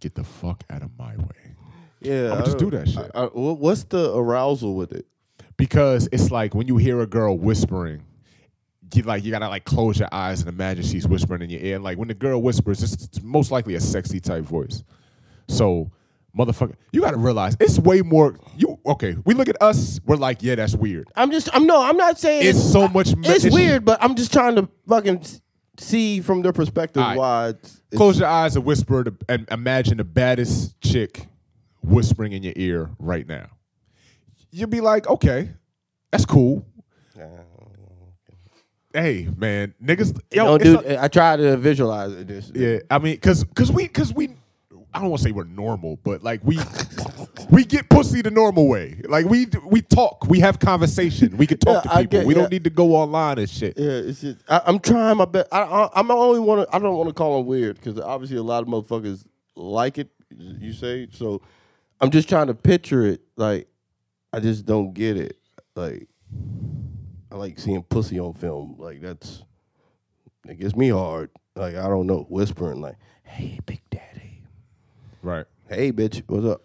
Get the fuck out of my way.
Yeah,
I'ma
I
just do
don't-
that shit.
I- I- wha- what's the arousal with it?
because it's like when you hear a girl whispering you like you gotta like close your eyes and imagine she's whispering in your ear like when the girl whispers it's, it's most likely a sexy type voice so motherfucker you gotta realize it's way more you okay we look at us we're like yeah that's weird
I'm just, I'm no, I'm not saying
it's so much ma-
it's weird, but I'm just trying to fucking s- see from their perspective
All right.
why. It's, it's-
close your eyes and whisper to, and imagine the baddest chick whispering in your ear right now you'll be like okay that's cool hey man niggas yo,
don't
it's
do.
a-
I try to visualize it. This,
Yeah, I mean, cause, cause we, cause we, I don't want to say we're normal, but like we, we get pussy the normal way. Like we, we talk, we have conversation, we can talk
Yeah,
to
I
people.
get-
we
yeah.
don't need to go online and shit.
Yeah, it's just I, I'm trying my best. I, I, I'm only want to. I don't want to call them weird because obviously a lot of motherfuckers like it. You say so. I'm just trying to picture it. Like I just don't get it. Like I like seeing pussy on film. Like that's it gets me hard. Like I don't know whispering. Like hey, big daddy.
Right.
Hey, bitch, what's up?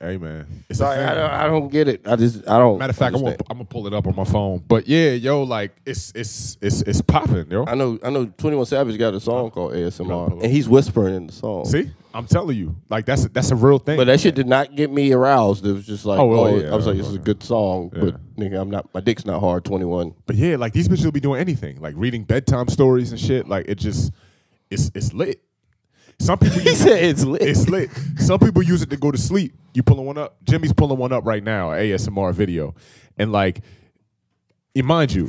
Hey man, it's a
Like,
thing.
I don't. I don't get it. I just. I don't.
Matter of fact, I'm gonna,
understand.
I'm gonna pull it up on my phone. But yeah, yo, like it's it's it's it's popping, yo.
I know. I know. Twenty One Savage got a song called
pull
ASMR,
up.
and he's whispering in the song.
See, I'm telling you, like that's that's a real thing.
But uh, that shit did not get me aroused. It was just like, oh,
Oh, well, yeah,
I was like, this
well,
is a good song, but nigga, I'm not. My dick's not hard. Twenty one.
But yeah, like these bitches will be doing anything, like reading bedtime stories and shit. Like it just, it's it's lit. Some people
He said it's lit.
It's lit. Some people use it to go to sleep. You pulling one up? Jimmy's pulling one up right now, a ASMR video, and like, and mind you,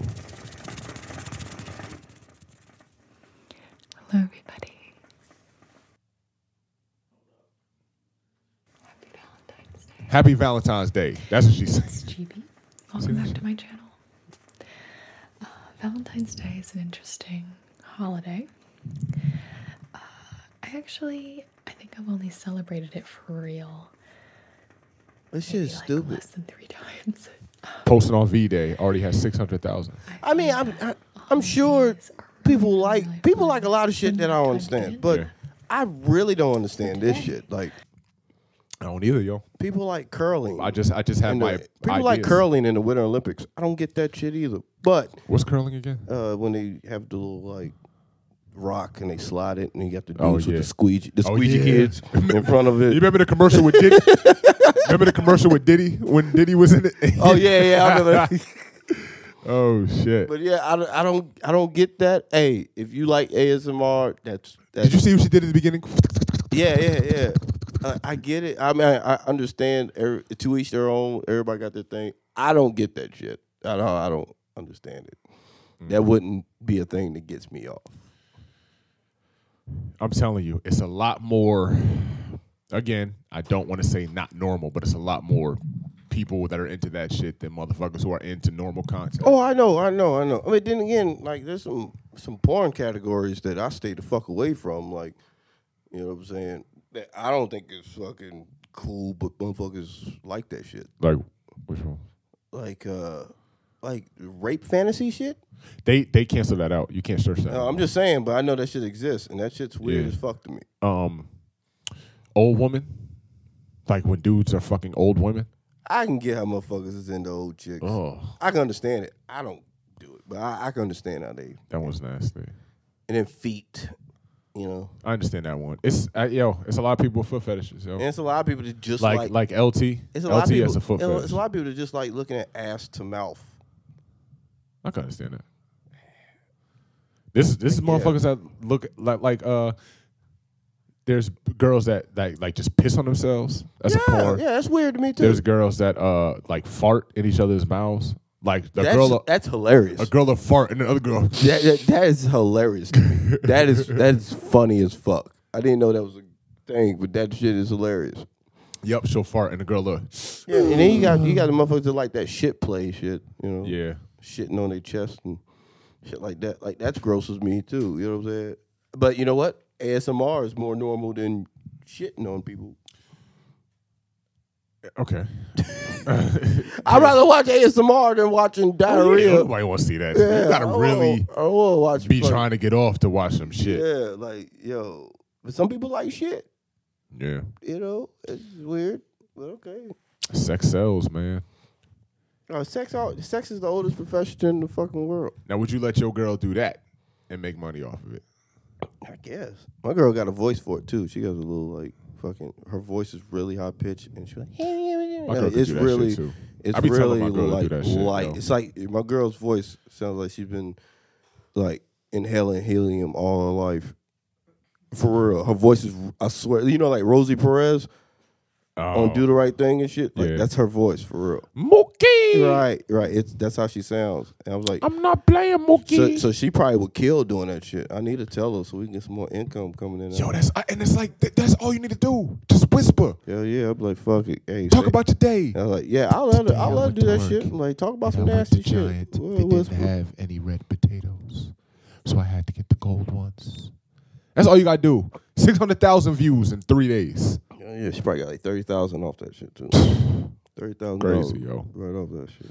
Hello, everybody. Happy Valentine's Day.
Happy Valentine's Day. That's what she said.
It's GB. Welcome back to my channel. Uh, Valentine's Day is an interesting holiday. Uh, I actually, I think I've only celebrated it for real
This shit is
like
stupid.
less than three times.
Posted on V Day, already has six hundred thousand.
I mean, I'm, I, I'm sure
These are
people
really,
like
really
people
fun.
like a lot of shit that I don't understand, but
Yeah.
I really don't understand this shit. Like
I don't either, yo.
people like curling.
I just I just have
and
my
the- people like
ideas.
curling in the Winter Olympics. I don't get that shit either. But
What's curling again?
uh, when they have the little like rock and they slide it and you got the dudes
Oh,
with
yeah.
the squeegee the
Oh,
squeegee
yeah.
kids in front of
You
it.
remember the commercial with Diddy? remember the commercial with Diddy when Diddy was in it?
Oh yeah, yeah, I remember.
oh shit.
But yeah, I, don't- I don't I don't get that. Hey, if you like ASMR, that's that's
Did you see what she did at the beginning?
yeah yeah yeah. Uh, I get it. I mean, I, I understand. Every, to each their own. Everybody got their thing. I don't get that shit. I don't. I don't understand it. That wouldn't be a thing that gets me off.
I'm telling you, it's a lot more. Again, I don't want to say not normal, but it's a lot more people that are into that shit than motherfuckers who are into normal content.
Oh, I know, I know, I know. I mean, then again, like there's some some porn categories that I stay the fuck away from. Like, you know what I'm saying? That I don't think it's fucking cool, but motherfuckers like that shit.
Like which one?
Like, uh, like rape fantasy shit.
They they cancel that out. You can't search that.
No, I'm just saying, but I know that shit exists, and that shit's weird
Yeah.
as fuck to me.
um, old woman, like when dudes are fucking old women.
I can get how motherfuckers is into old chicks.
Oh,
I can understand it. I don't do it, but I, I can understand how they.
that one's nasty.
And then feet, you know.
I understand that one. It's uh, yo, it's a lot of people with foot fetishes. Yo,
And it's a lot of people that just
like like
like
LT.
It's
LT
a lot of people.
has a foot
you know,
fetish.
It's a lot of people that just like looking at ass to mouth.
I can understand that. This this is motherfuckers that look like like uh. There's girls that that like just piss on themselves. That's
yeah,
a porn.
yeah, that's weird to me too.
There's girls that uh like fart in each other's mouths. Like the
that's,
girl,
that's hilarious.
a girl will fart and the other girl.
that, that- that is hilarious. To me. that is that is funny as fuck. I didn't know that was a thing, but that shit is hilarious.
Yep, she'll fart and the girl look.
Yeah, and then you got you got the motherfuckers that like that shit play shit. You know,
Yeah,
shitting on their chest and shit like that. Like that's gross as me too. You know what I'm saying? But you know what? ASMR is more normal than shitting on people.
okay.
I'd rather watch ASMR than watching diarrhea.
Nobody want to see that. Oh, you gotta
I
really
wanna- I wanna watch
be
fuck-
trying to get off to watch some shit.
Yeah, like yo, but some people like shit.
Yeah,
You know, it's weird, but okay.
sex sells, man.
Uh, sex, al- sex is the oldest profession in the fucking world.
Now, would you let your girl do that and make money off of it?
I guess my girl got a voice for it too. She got a little like fucking. Her voice is really high pitched, and she's like,
My
Yeah,
girl could
it's
do that shit,
really,
too.
it's
I be telling
really
my girl to do
like,
that shit,
light.
yo.
It's like my girl's voice sounds like she's been like inhaling helium all her life. For real, her voice is. I swear, you know, like Rosie Perez on "Do the Right Thing" and shit. Like
Oh. Yeah.
that's her voice for real.
Mookie,
Right, right. It's that's how she sounds. And I was like,
I'm not playing
so,
Mookie.
so she probably would kill doing that shit. I need to tell her so we can get some more income coming in.
Yo, that's uh, and it's like th- that's all you need to do. Just whisper,
Hell yeah, I'm like, fuck it. Hey,
talk
say-
about your day.
I was like, yeah, I love to, I
Today I
love
went
to do
to
that
work.
shit. I'm like, talk about
I
some
went to
nasty
Giant.
shit.
They
Well,
didn't
what's-
have any red potatoes, so I had to get the gold ones. That's all you gotta do. Six hundred thousand views in three days.
Yeah, yeah, she probably got like thirty thousand off that shit too. thirty thousand,
Crazy, yo.
right off that shit.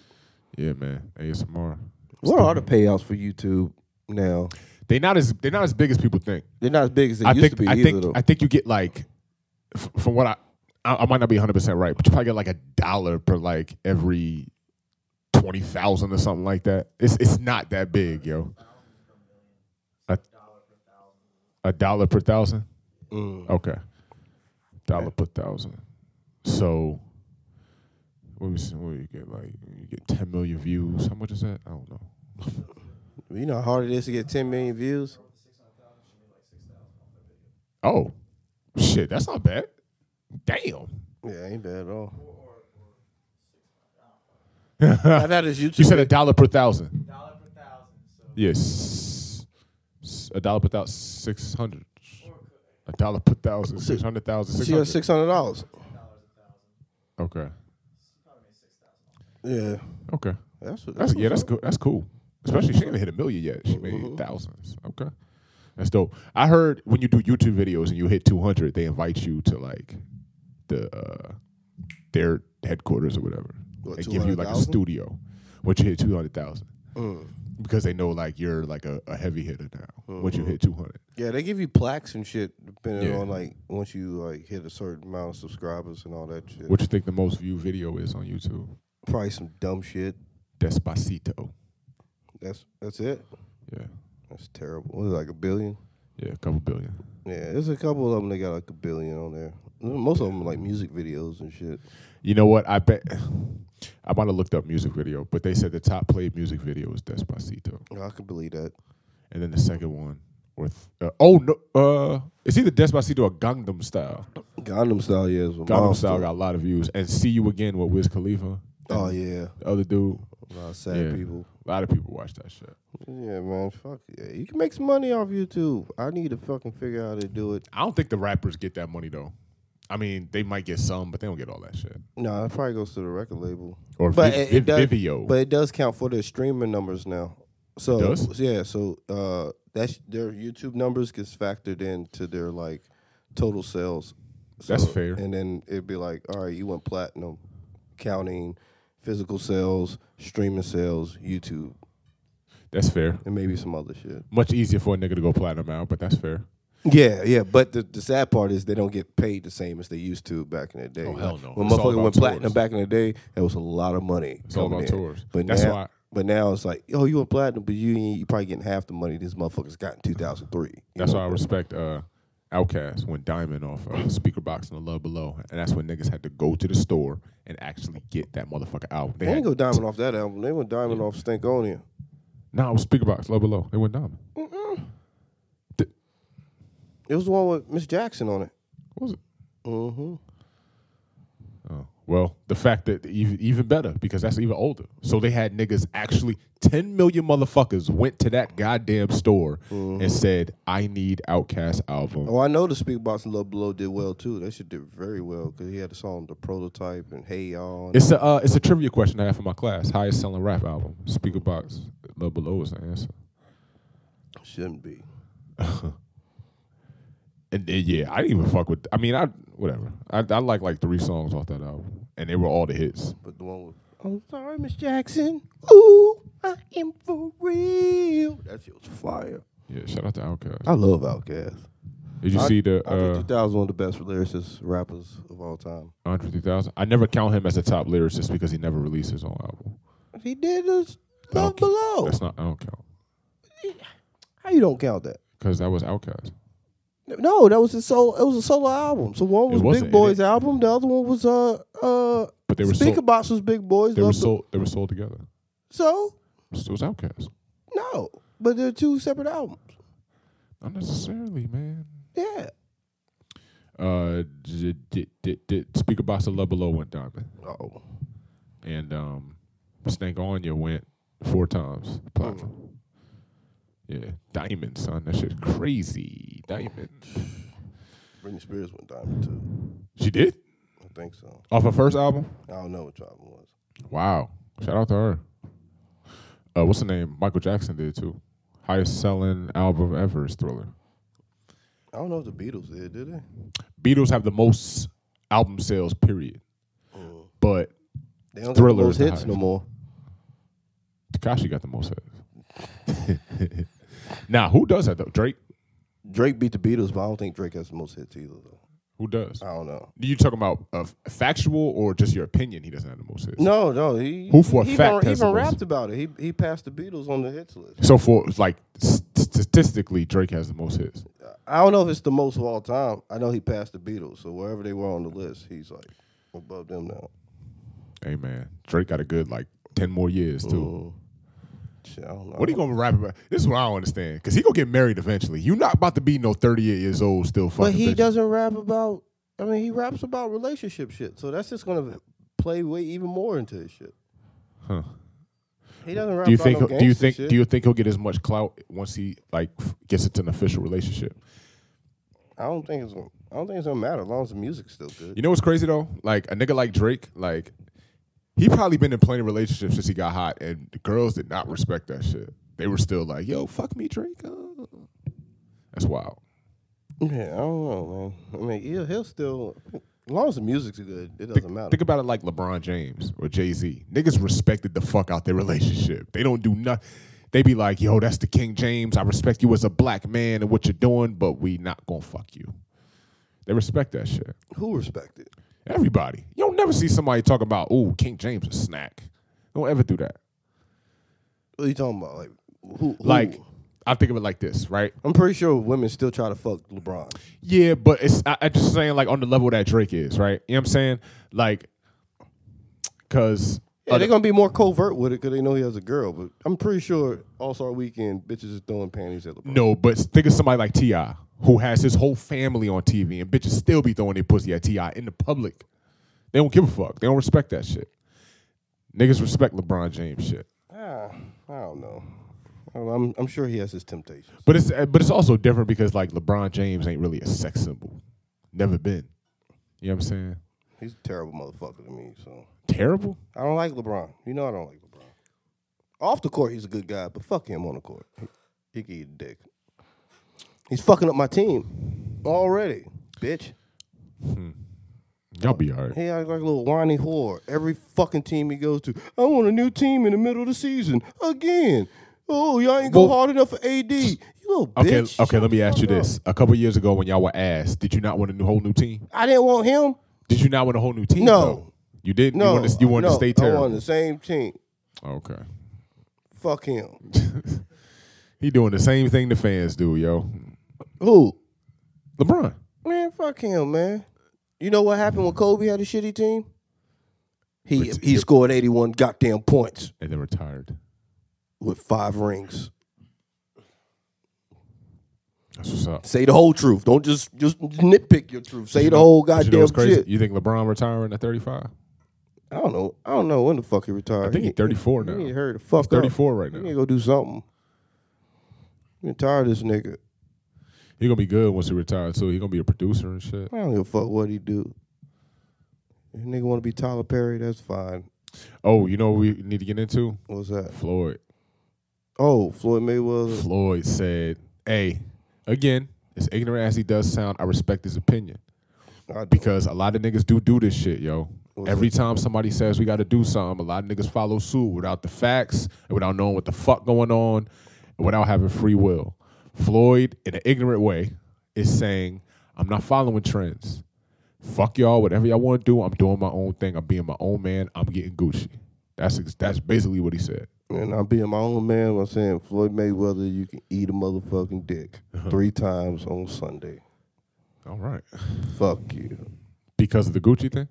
Yeah, man. ASMR.
What are the payouts for YouTube now?
They not as they not as big as people think.
They're not as big as they
I
used
think
to be
I
either,
think
though.
I think you get like f- from what I, I I might not be 100 percent right, but you probably get like a dollar per like every twenty thousand or something like that. It's it's not that big, yo. A, a dollar per thousand.
Mm.
Okay, dollar per thousand. So. What we s- what you get like you get ten million views. How much is that? I don't know.
you know how hard it is to get ten million views.
Oh, shit, that's not bad. Damn.
Yeah, ain't bad at all. I thought it's YouTube.
You said a dollar per thousand. Dollar per thousand. Yes. S- A dollar per thousand, six hundred. A dollar per thousand, six hundred thousand, six
she got
hundred.
six hundred dollars.
Okay.
Yeah,
Okay.
that's what.
That's
That's, Mm-hmm.
yeah. That's cool. That's cool. Especially she ain't hit a million yet. She made thousands. Okay. That's dope. I heard when you do YouTube videos and you hit two hundred, they invite you to like the uh, their headquarters or whatever.
What,
they give you like a
200,000?
studio. Once you hit two hundred thousand.
Mm.
because they know like you're like a, a heavy hitter now. Once you hit 200,
Yeah, they give you plaques and shit depending
Yeah.
on like once you like hit a certain amount of subscribers and all that shit.
what you think the most viewed video is on YouTube?
probably some dumb shit.
Despacito.
That's that's it.
Yeah,
That's terrible. What is it, like a billion?
yeah, a couple billion.
Yeah, there's a couple of them that got like a billion on there. Most of them are like music videos and shit.
You know what? I bet I might have looked up music video, but they said the top played music video is Despacito,
I can believe that.
and then the second one with uh, oh no, uh, it's either Despacito or Gangnam Style.
Gundam style, yeah. Is what
Gangnam
mom's
Style
doing.
got a lot of views, and See You Again with Wiz Khalifa,
Oh yeah,
the other dude.
a lot of sad
Yeah.
people.
A lot of people watch that shit.
Yeah, man. Fuck. Yeah. You can make some money off YouTube. I need to fucking figure out how to do it.
I don't think the rappers get that money though. I mean, they might get some, but they don't get all that shit.
No, it probably goes to the record label.
Or
but
Viv-
it, it
Viv-
does,
Vivio.
But it does count for their streaming numbers now. So
does?
yeah, so uh, that's their YouTube numbers gets factored into their like total sales. So-
That's fair.
And then it'd be like, all right, you went platinum, counting physical sales, streaming sales, YouTube,
That's fair.
and maybe some other shit.
Much easier for a nigga to go platinum out, but that's fair.
Yeah, yeah, but the, the sad part is they don't get paid the same as they used to back in the day.
Oh, hell no.
When
It's all
motherfucker
about
went platinum
tours.
back in the day, it was a lot of money.
It's all
coming
about
in.
tours.
But
That's
now,
why-
But now it's like, oh, you went platinum, but you ain't- you probably getting half the money this motherfucker's got in 2003. You
That's
know?
why I respect uh, Outkast when Diamond off uh, Speaker Box and the Love Below, and that's when niggas had to go to the store and actually get that motherfucker out.
They
had-
didn't go diamond off that album. They went diamond off Stankonia.
Nah, it was Speaker Box, Love Below. It went Diamond. Th-
It was the one with Miss Jackson on it.
what was it?
Mm-hmm.
Oh, well, the fact that even, even better because that's even older. So they had niggas actually 10 million motherfuckers went to that goddamn store and said, "I need Outkast album."
Oh, I know the Speak Box and Love Below did well too. That shit did very well because he had a song, The Prototype, and Hey Y'all. and-
It's a uh, it's a trivia question I have for my class. Highest selling rap album. Speaker box. Love below is the answer.
Shouldn't be.
And then, yeah, I didn't even fuck with. I mean, I whatever. I I like like three songs off that album, and they were all the hits.
But the one with I'm Oh, sorry, Miss Jackson. Ooh, I am for real. That shit was fire.
Yeah, shout out to Outkast.
I love Outkast.
Did you see the
Andre
uh,
2000 one of the best lyricists rappers of all time.
Andre 3000? I never count him as a top lyricist because he never released his own album.
He did this
I don't
Love
ca-
Below.
That's not. I don't count
How you don't count that?
because that was Outkast.
No, that was his solo. It was a solo album. So one was
wasn't, and
Big Boy's
it-
album. The other one was uh uh.
But they were
Speaker
sold-
Box was Big Boy's.
They were
Love Be-
sold. They were sold together.
so
So it was Outkast.
no, but they're two separate albums.
Not necessarily, man.
Yeah.
Uh, d- d- d- d- Speaker box of Love Below went diamond.
Oh,
and um, Snake Anya went four times platinum. Yeah, diamond son, that shit crazy. Diamond.
Britney Spears went diamond too.
She did
I think so.
off her first album.
I don't know which album it was.
Wow, shout out to her. Uh, what's the name? Michael Jackson did too. Highest selling album ever is Thriller.
I don't know if the Beatles did, did they?
Beatles have the most album sales, period. But
They don't
Thriller
got those
is the
hits
highest.
no more.
Takashi got the most hits. now, who does that though? Drake.
Drake beat the Beatles, but I don't think Drake has the most hits either. Though.
Who does?
I don't know.
Do you talking about uh, factual or just your opinion? He doesn't have the most hits.
No, no. He
Who for a
he
fact
even- he
has the
even
most-
rapped about it. He he passed the Beatles on the hits list.
So for like s- statistically, Drake has the most hits.
I don't know if it's the most of all time. I know he passed the Beatles, so wherever they were on the list, he's like above them now.
Hey man, Drake got a good like ten more years too.
Mm-hmm. Shit, I don't know.
What are you gonna rap about? This is what I don't understand. Cause he gonna get married eventually. You not about to be no thirty eight years old still fucking.
But he
bitches.
doesn't rap about. I mean, he raps about relationship shit, so that's just gonna play way even more into his shit.
Huh.
He doesn't rap
Do you
about
think?
no
do you
gangsta
think?
shit.
Do you think he'll get as much clout once he like f- gets into an official relationship?
I don't think it's. Gonna, I don't think it's gonna matter as long as the music's still good.
You know what's crazy though? Like a nigga like Drake, like he probably been in plenty of relationships since he got hot, and the girls did not respect that shit. They were still like, "Yo, fuck me, Drake." uh." That's wild.
Yeah, I don't know, man. I mean, he'll, he'll still As long as the music's good, it doesn't
Think,
matter.
think about it like LeBron James or Jay Z. Niggas respected the fuck out their relationship. They don't do nothing. They be like, yo, that's the King James. I respect you as a black man and what you're doing, but we not gonna fuck you. They respect that shit.
Who respect it?
Everybody. You don't never see somebody talking about, oh, King James a snack. Don't ever do that.
What are you talking about? Like who? who?
Like, I think of it like this, right?
I'm pretty sure women still try to fuck LeBron.
Yeah, but it's I, I just saying like on the level that Drake is, right? You know what I'm saying? Like, cause
Yeah, they're gonna be more covert with it because they know he has a girl. But I'm pretty sure All Star Weekend bitches is throwing panties at LeBron.
No, but think of somebody like T.I. who has his whole family on TV and bitches still be throwing their pussy at T.I. in the public. They don't give a fuck. They don't respect that shit. Niggas respect LeBron James shit.
Ah, I don't know. I don't know. I'm, I'm sure he has his temptations.
But it's uh, but it's also different because like LeBron James ain't really a sex symbol. Never been. You know what I'm saying?
He's a terrible motherfucker to me. So
Terrible?
I don't like LeBron. You know I don't like LeBron. Off the court, he's a good guy, but fuck him on the court. He, he can eat a dick. He's fucking up my team already, bitch.
Y'all be all right.
He acts like a little whiny whore. Every fucking team he goes to, I want a new team in the middle of the season again. Oh, y'all ain't go
Well-
hard enough for AD. You little
Okay,
bitch.
okay,
Shut
let me
the
ask you
fuck up.
this. A couple years ago when y'all were asked, did you not want a new, whole new team?
I didn't want him.
Did you not want a whole new team?
No.
though? You didn't?
No,
You wanted to, you wanted
no,
to stay
I want
terrible.
the same team.
Okay.
Fuck him.
He doing the same thing the fans do, yo.
Who?
LeBron.
Man, fuck him, man. You know what happened when Kobe had a shitty team? He he scored 81 goddamn points
And then retired.
with five rings.
That's what's up.
Say the whole truth. Don't just just nitpick your truth. Say the whole
you know
goddamn
what's crazy?
shit.
You think LeBron retiring at 35?
I don't know. I don't know when the fuck he retired.
I think he's 34
He need to
now.
hurry the fuck up.
34 right
He need to
now.
go do something. I'm tired of this nigga.
He gonna be good once he retires too. He gonna be a producer and shit.
I don't give a fuck what he do. If nigga want to be Tyler Perry, that's fine.
Oh, you know what we need to get into?
What's that?
Floyd.
Oh, Floyd Mayweather.
Floyd said, "Hey, again, as ignorant as he does sound, I respect his opinion
I do.
because a lot of niggas do do this shit, yo. Every time somebody says we got to do something, a lot of niggas follow suit without the facts and without knowing what the fuck going on and without having free will. Floyd, in an ignorant way, is saying, "I'm not following trends. Fuck y'all. Whatever y'all want to do, I'm doing my own thing. I'm being my own man. I'm getting Gucci." That's ex- that's basically what he said.
And I'm being my own man by saying Floyd Mayweather, you can eat a motherfucking dick three times on Sunday.
All right,
Fuck you.
because of the Gucci thing.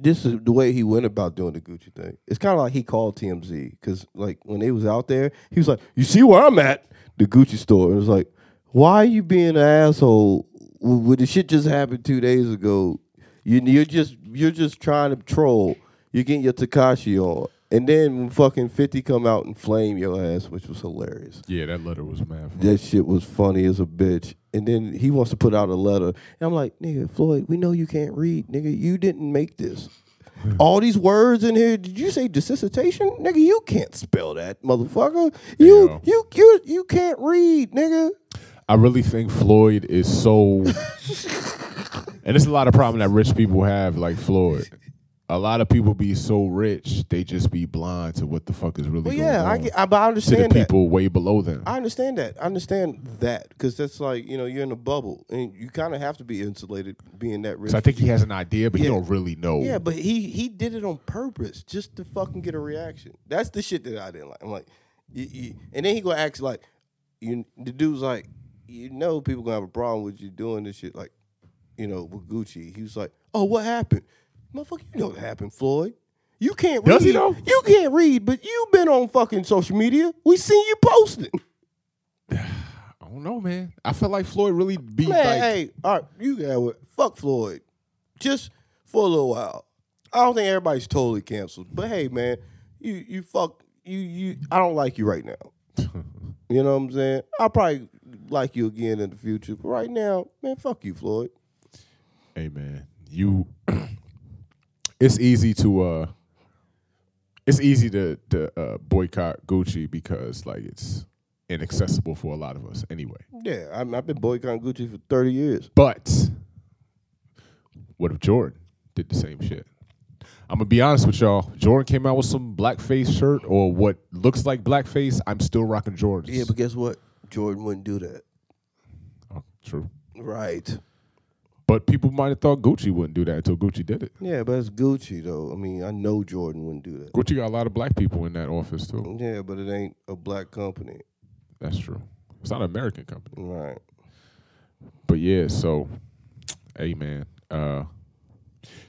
This is the way he went about doing the Gucci thing. It's kind of like he called TMZ because, like, when they was out there, he was like, "You see where I'm at, the Gucci store." It was like, "Why are you being an asshole? w- When the shit just happened two days ago, you, you're just you're just trying to troll. You're getting your Takashi on, and then when fucking Fifty come out and flame your ass, which was hilarious."
Yeah, that letter was mad. funny.
that shit was funny as a bitch. And then he wants to put out a letter. And I'm like, nigga, Floyd, we know you can't read, nigga. You didn't make this. All these words in here, did you say desiccation? Nigga, you can't spell that, motherfucker. You
Yo.
you you you can't read, nigga.
I really think Floyd is so, and it's a lot of problem that rich people have, like Floyd. A lot of people be so rich, they just be blind to what the fuck is really
Well
going
yeah, I
on
get I, but I
to the
understand that.
people way below them.
I understand that. I understand that because that's like you know you're in a bubble and you kind of have to be insulated being that rich.
so I think he has an idea, but he
Yeah.
don't really know.
Yeah, but he he did it on purpose just to fucking get a reaction. That's the shit that I didn't like. I'm like, you, you, and then he gonna act like, you the dude's like, you know, people gonna have a problem with you doing this shit. Like, you know, with Gucci, he was like, oh, what happened, motherfucker? You know what happened, Floyd. You can't read.
Does he though?
You can't read, but you've been on fucking social media. We seen you posting.
I don't know, man. I feel like Floyd really be
Man,
like,
hey, all right, you got what? Fuck Floyd, just for a little while. I don't think everybody's totally canceled, but hey, man, you you fuck you you. I don't like you right now. you know what I'm saying? I'll probably like you again in the future, but right now, man, fuck you, Floyd.
hey man, you it's easy to uh it's easy to to uh, boycott Gucci because like it's inaccessible for a lot of us anyway.
Yeah, I mean, I've been boycotting Gucci for thirty years.
But What if Jordan did the same shit? I'm gonna be honest with y'all. Jordan came out with some blackface shirt or what looks like blackface. I'm still rocking Jordans.
Yeah, but guess what? Jordan wouldn't do that.
Oh, true.
Right.
But people might have thought Gucci wouldn't do that until Gucci did it.
Yeah, but it's Gucci though. I mean, I know Jordan wouldn't do that.
Gucci got a lot of black people in that office too.
Yeah, but it ain't a black company.
That's true. It's not an American company.
Right.
But yeah, so hey man. Uh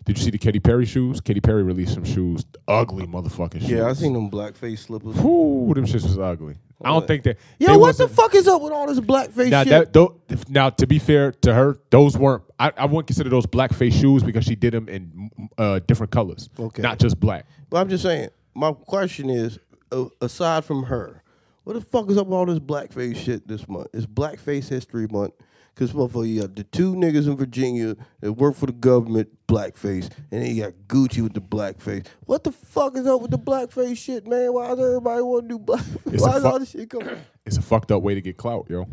did you see the Katy Perry shoes? Katy Perry released some shoes, ugly motherfucking shoes.
Yeah, I seen them blackface slippers.
Ooh, them shits was ugly. I don't think that.
Yo,
they
what the
wasn't-
fuck is up with all this blackface
Now
shit?
that though, now to be fair to her, those weren't. I, I wouldn't consider those blackface shoes because she did them in uh, different colors,
Okay.
not just black.
but I'm just saying, my question is, uh, aside from her, what the fuck is up with all this blackface shit this month? It's Blackface History Month. Cause motherfucker, you got the two niggas in Virginia that work for the government, blackface, and then you got Gucci with the blackface. What the fuck is up with the blackface shit, man? Why does everybody want to do blackface?
It's
Why
a
is
fu-
all this shit coming?
It's a fucked up way to get clout, yo.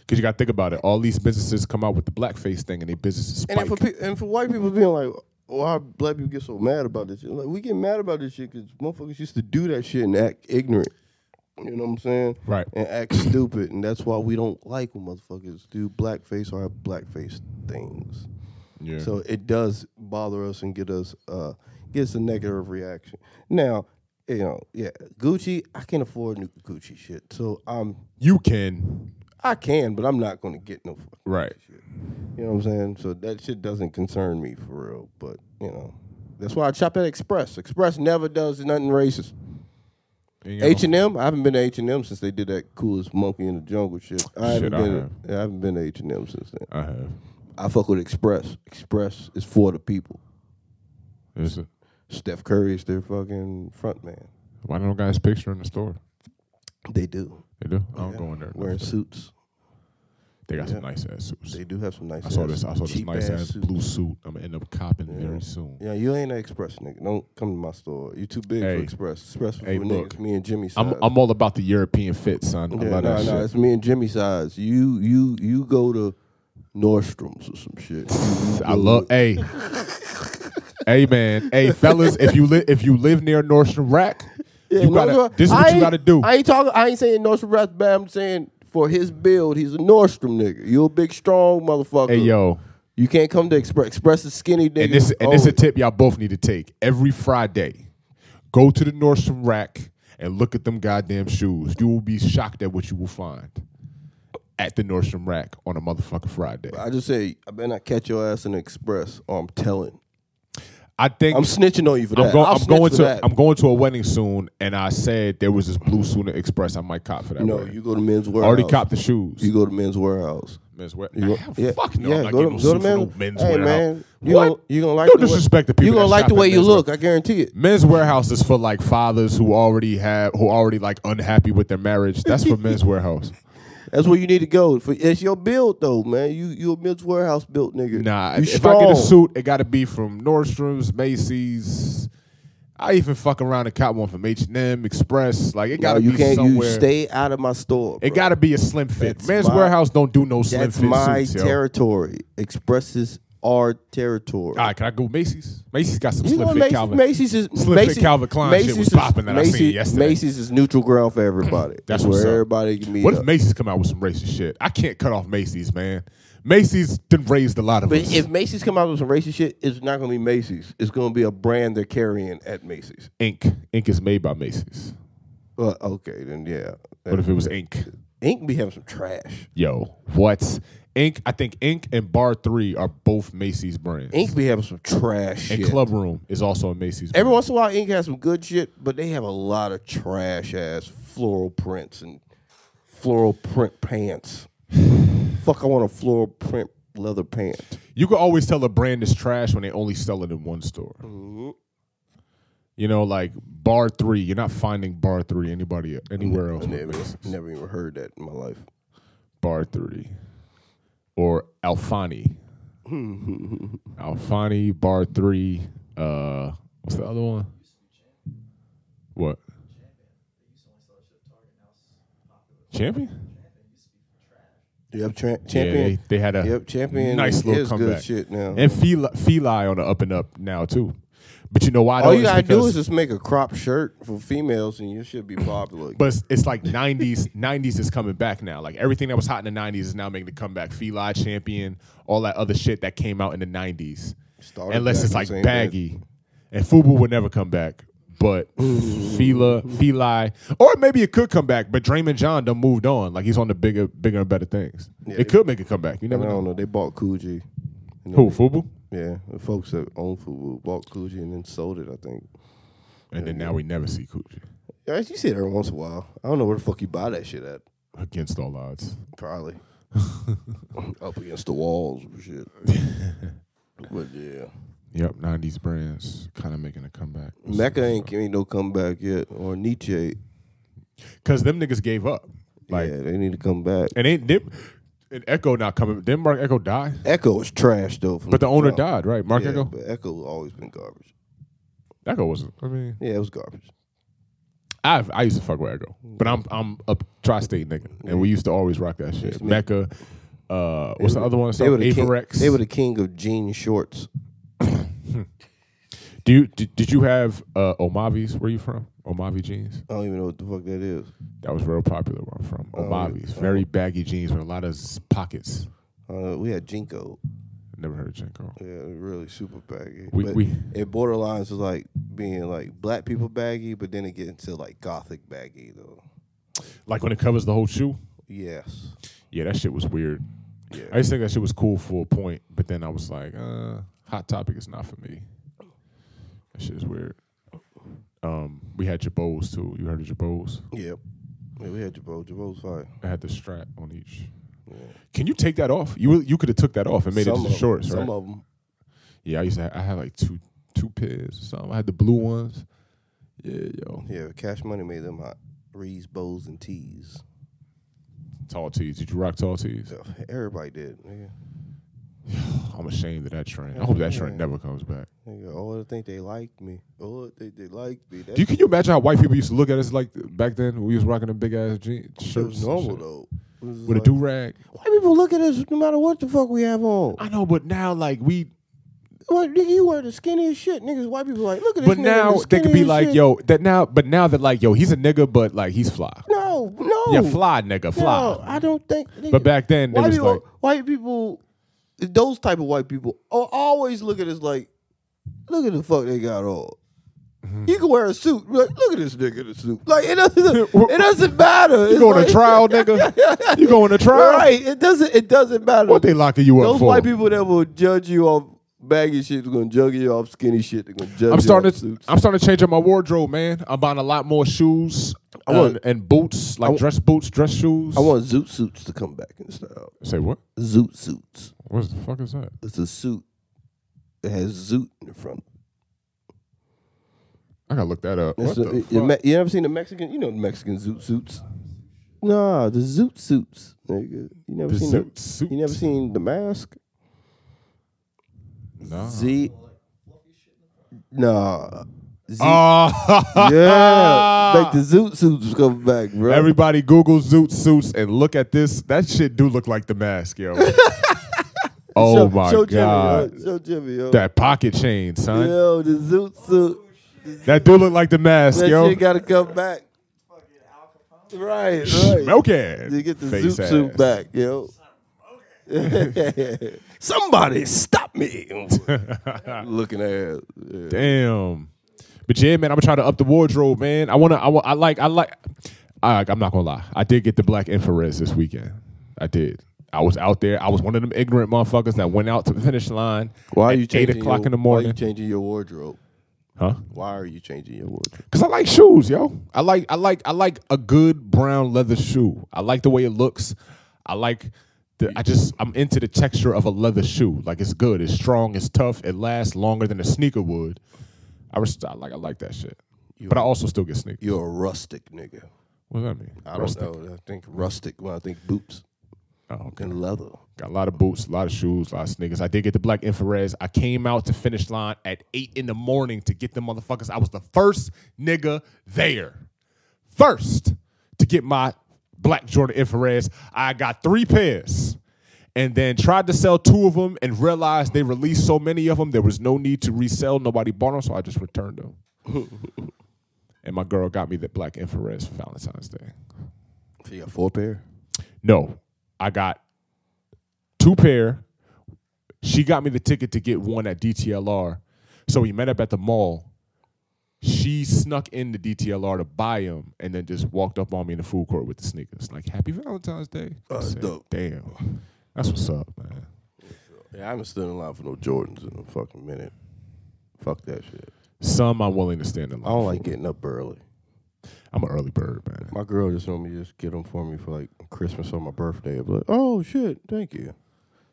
Because you got to think about it. All these businesses come out with the blackface thing, and their businesses
And then
spike.
for pe- and for white people being like, why black people get so mad about this shit? Like we get mad about this shit because motherfuckers used to do that shit and act ignorant. You know what I'm saying?
Right.
And act stupid, and that's why we don't like when motherfuckers do blackface or have blackface things.
yeah.
So it does bother us and get us uh gets a negative reaction. Now, you know, yeah, Gucci. I can't afford new Gucci shit, so I'm
you can,
I can, but I'm not going to get no fucking
right?
you know what I'm saying? So that shit doesn't concern me for real. But you know, that's why I chop at Express. Express never does nothing racist.
And, you
H and M. I haven't been to H and M since they did that coolest monkey in the jungle shit. I haven't
Shit, I have. Uh.
been. yeah, I, haven't been to H and M since then.
know, I have.
I fuck with Express. Express is for the people.
It's a-
Steph Curry is their fucking front man.
why don't guys picture in the store?
They do
They do. I don't go in there.
wearing suits.
They got some nice ass suits.
They do have some nice.
I saw
ass-
this. I saw this
cheap
nice ass
suits.
blue suit. I'm gonna end up copping very soon.
Yeah, you ain't an Express nigga. Don't come to my store. You too big
Hey.
for Express. Express is
Hey,
for
look.
niggas. Me and Jimmy.
I'm
size.
I'm all about the European fit, son. I
Yeah,
love
no,
that
no,
shit.
it's me and Jimmy size. You, you, you go to Nordstrom's or some shit.
I love. Hey, hey, man, hey, fellas, if you live if you live near Nordstrom Rack,
Yeah,
you gotta.
Nordstrom-
this is
I
what you
ain't-
gotta do.
I ain't talking. I ain't saying Nordstrom Rack bad. I'm saying for his build, he's a Nordstrom nigga. You a big strong motherfucker.
hey, yo,
you can't come to Express. Express is skinny Oh, nigga.
and this and this a tip y'all both need to take every Friday. Go to the Nordstrom Rack and look at them goddamn shoes. You will be shocked at what you will find at the Nordstrom Rack on a motherfucking Friday.
I just say I better not catch your ass in Express. Or I'm telling.
I think
I'm snitching on you for that.
I'm, go-
I'll
I'm
snitch
going
for
to
that.
I'm going to a wedding soon, and I said there was this blue Sooner Express. I might cop for that.
no,
wedding.
you go to Men's
I
Warehouse.
already copped the shoes.
You go to Men's Warehouse.
Men's wear.
You go-
Hell,
yeah,
fuck no.
yeah,
I'm not
go to-
getting
go to
no suit
men's-
for no men's
hey,
wear.
man, you
what?
gonna- you gonna like
no
the way-
disrespect to people.
You gonna
that
like
shop
the way
at
you
Men's
look?
Wear-
I guarantee it.
Men's warehouse is for like fathers who already have who already like unhappy with their marriage. That's for men's warehouse.
That's where you need to go. For it's your build though, man. You you a Mills warehouse built nigga.
Nah,
you
if I get a suit, it got to be from Nordstrom's, Macy's. I even fuck around and cop one from H and M, Express. Like it
No,
got to
you
be
can't.
somewhere.
You stay out of my store.
it
bro.
got to be a slim fit.
That's
men's
my-
warehouse don't do no slim
That's
fit
my
suits, yo.
territory. Expresses our territory.
All right, can I go Macy's? Macy's got some
you know
Ah, slim
what
fit
Macy's,
Calvin.
Macy's is
Slim fit
Macy's,
Calvin Klein shit
Macy's
was
is-
popping that I seen
Macy's-
yesterday.
Macy's is neutral ground for everybody.
That's
where
what's up.
everybody can meet
What if
up.
Macy's come out with some racist shit? I can't cut off Macy's, man. Macy's done raised a lot of
But
us.
if Macy's come out with some racist shit, it's not gonna be Macy's. It's gonna be a brand they're carrying at Macy's.
ink, ink is made by Macy's.
Well, okay, then yeah.
What if it was ink?
Ink be having some trash.
Yo, what? Ink. I think ink and Bar Three are both Macy's brands.
Ink be having some trash
and
shit.
Club Room is also a Macy's.
Every
brand.
once in a while, Ink has some good shit, but they have a lot of trash ass floral prints and floral print pants. Fuck, I want a floral print leather pant.
You can always tell a brand is trash when they only sell it in one store. You know, like Bar Three. You're not finding Bar Three anybody anywhere else.
I
but
never,
Macy's.
never even heard that in my life.
Bar Three or Alfani. Alfani, Bar Three. Uh, what's the other one? What? Champion?
Yep, tra-
Yeah,
champion.
they, they had a
Yep, champion.
nice little
is
comeback.
good shit now.
And Feli, Feli on the up and up now too. But you know why?
All
though?
you
It's
gotta do
because-
is just make a crop shirt for females, and you should be popular.
But it's, it's like '90s. '90s is coming back now. Like everything that was hot in the '90s is now making the comeback. Feli champion, all that other shit that came out in the '90s.
Started
Unless
back
it's
the
like
same
baggy, and Fubu would never come back. But Fila, Feli, or maybe it could come back. But Draymond John done moved on. Like he's on the bigger, bigger and better things. it could make a comeback. You
I
never know.
don't know. They bought Coogee.
Who Fubu?
Yeah, the folks that own Fubu bought Coogee and then sold it. I think.
And then now we never see Coochie
Yeah, you see it every once in a while. I don't know where the fuck you buy that shit at.
against all odds.
Probably up against the walls and shit. but yeah,
Yep, '90s brands kind of making a comeback.
Mecca ain't ain't no comeback yet, or Nietzsche.
Cause them niggas gave up. Like
yeah, they need to come back.
and ain't them, and Echo not coming. Didn't Mark Echo die?
Echo was trash though. From
But the owner
jump.
died, right? Mark
Yeah,
Echo.
but Echo always been garbage.
Echo wasn't. I mean,
Yeah, it was garbage.
I I used to fuck with Echo, but I'm I'm a tri-state nigga, and we used to always rock that shit. Mecca. Uh, what's the other one?
They were the king.
Aperex.
They were the king of jean shorts.
Do you did, did you have uh, Omavis? Where you from? Omavi jeans.
I don't even know what the fuck that is.
That was real popular where I'm from. Omavis, very baggy jeans with a lot of s- pockets.
Uh, we had Jinko.
Never heard of Jenko.
Yeah, they're really super baggy.
We-
but
we-
it borderlines is like being like black people baggy, but then it gets into like gothic baggy though.
Like when it covers the whole shoe.
Yes.
Yeah, that shit was weird. I used to think that shit was cool for a point, but then I was like, uh, hot topic is not for me. That shit is weird. Um, we had Jabos too. You heard of Jabos?
Yep. Yeah, we had Jabot. Jabot's fine.
I had the strap on each. Can you take that off? You you could have took that off and made
Some
it
of
just
'em-
shorts,
Some
right?
of them.
yeah, I used to. Have, I had like two two pairs or something. I had the blue ones. Yeah, yo,
Yeah, Cash Money made them hot. Rees, bows, and tees.
tall tees. Did you rock tall tees?
So, Everybody did. Nigga.
I'm ashamed of that trend. I hope that trend never comes back.
Nigga, oh, I think they liked me. Oh, they they liked me. That
Do you, can you imagine how white people used to look at us like back then? when We was rocking them big ass jeans, shirts,
shit was
and
normal
shit.
though. It was
with a
like-
do rag.
Why people look at us no matter what the fuck we have on?
I know, but now like we,
What nigga, you wear the skinniest shit. Niggas, white people like, look at this.
but
nigga,
now
the
they could be
skinniest
like,
shit.
yo, that now, but now that like, yo, he's a nigga, but like he's fly.
no, no,
Yeah, fly nigga, fly.
No, I don't think. Nigga,
But back then, it
white
was
people,
like-
white people, those type of white people, al- always look at us like, look at the fuck they got on.
Mm-hmm.
You can wear a suit. Be Like, look at this nigga in a suit. Like it doesn't. It doesn't matter.
you going to trial, nigga? You going to trial?
Right. It doesn't. It doesn't matter.
What they locking you up
Those
for?
white people that will judge you off baggy shit, they're gonna judge you off skinny shit. They're gonna judge.
I'm
you
starting
off
to
suits.
I'm starting to change up my wardrobe, man. I'm buying a lot more shoes uh,
I want-
and, and boots, like dress boots, dress shoes.
I want zoot suits to come back in style.
say what?
Zoot suits.
What the fuck is that?
It's a suit that has zoot in the front.
I gotta look that up.
It's
What
a-
the
it-
fuck?
Me- you ever seen the Mexican? You know the Mexican zoot suits. Nah, the zoot suits. Nigga. You never
The
seen
zoot
the,
suit.
You never seen the mask?
Nah.
Z. Nah. Z.
Ah,
yeah. Like the zoot suits was coming back, bro.
Everybody Google Zoot suits and look at this. That shit do look like the mask, yo. oh
Show-
my
show
god.
Jimmy, yo. Show Jimmy, yo.
That pocket chain, son.
Yo, the zoot suit.
That do look like the mask,
That
yo.
shit gotta come back. Right, right.
Milk ass.
You get the
Face
zoot suit
ass.
back, yo. Somebody stop me! Looking at yeah.
Damn. But yeah, man, I'm gonna try to up the wardrobe, man. I wanna, I, wa- I like, I like. I, I'm not gonna lie. I did get the black infrareds this weekend. I did. I was out there. I was one of them ignorant motherfuckers that went out to the finish line.
Why are
at
you
eight
changing
o'clock
your,
in the
Why are you
morning?
changing your wardrobe?
Huh?
Why are you changing your wardrobe?
Cause I like shoes, yo. I like, I like, I like a good brown leather shoe. I like the way it looks. I like. The, I just I'm into the texture of a leather shoe. Like it's good. It's strong. It's tough. It lasts longer than a sneaker would. I, rest, I like I like that shit. But I also still get sneakers.
You're a rustic nigga.
What does that mean?
I don't know. I think rustic. Well, I think boots
Oh, okay.
and leather.
Got a lot of boots, a lot of shoes, a lot of sneakers. I did get the black infrareds. I came out to finish line at eight in the morning to get the motherfuckers. I was the first nigga there, first to get my black Jordan infrareds. I got three pairs. And then tried to sell two of them and realized they released so many of them, there was no need to resell. Nobody bought them, so I just returned them. and my girl got me the black infrareds for Valentine's Day.
So you got four pair.
No, I got two pair. She got me the ticket to get one at DTLR. So we met up at the mall. She snuck in the DTLR to buy them and then just walked up on me in the food court with the sneakers. Like, happy Valentine's Day. I
that's
said,
Uh, dope.
Damn. That's what's up, man.
Yeah, I haven't stood in line for no Jordans in a fucking minute. Fuck that shit.
Some I'm willing to stand in
I
line.
don't
for.
like getting up early.
I'm an early bird, man.
My girl just told me just get them for me for like Christmas or my birthday. I'm like, oh shit, thank you.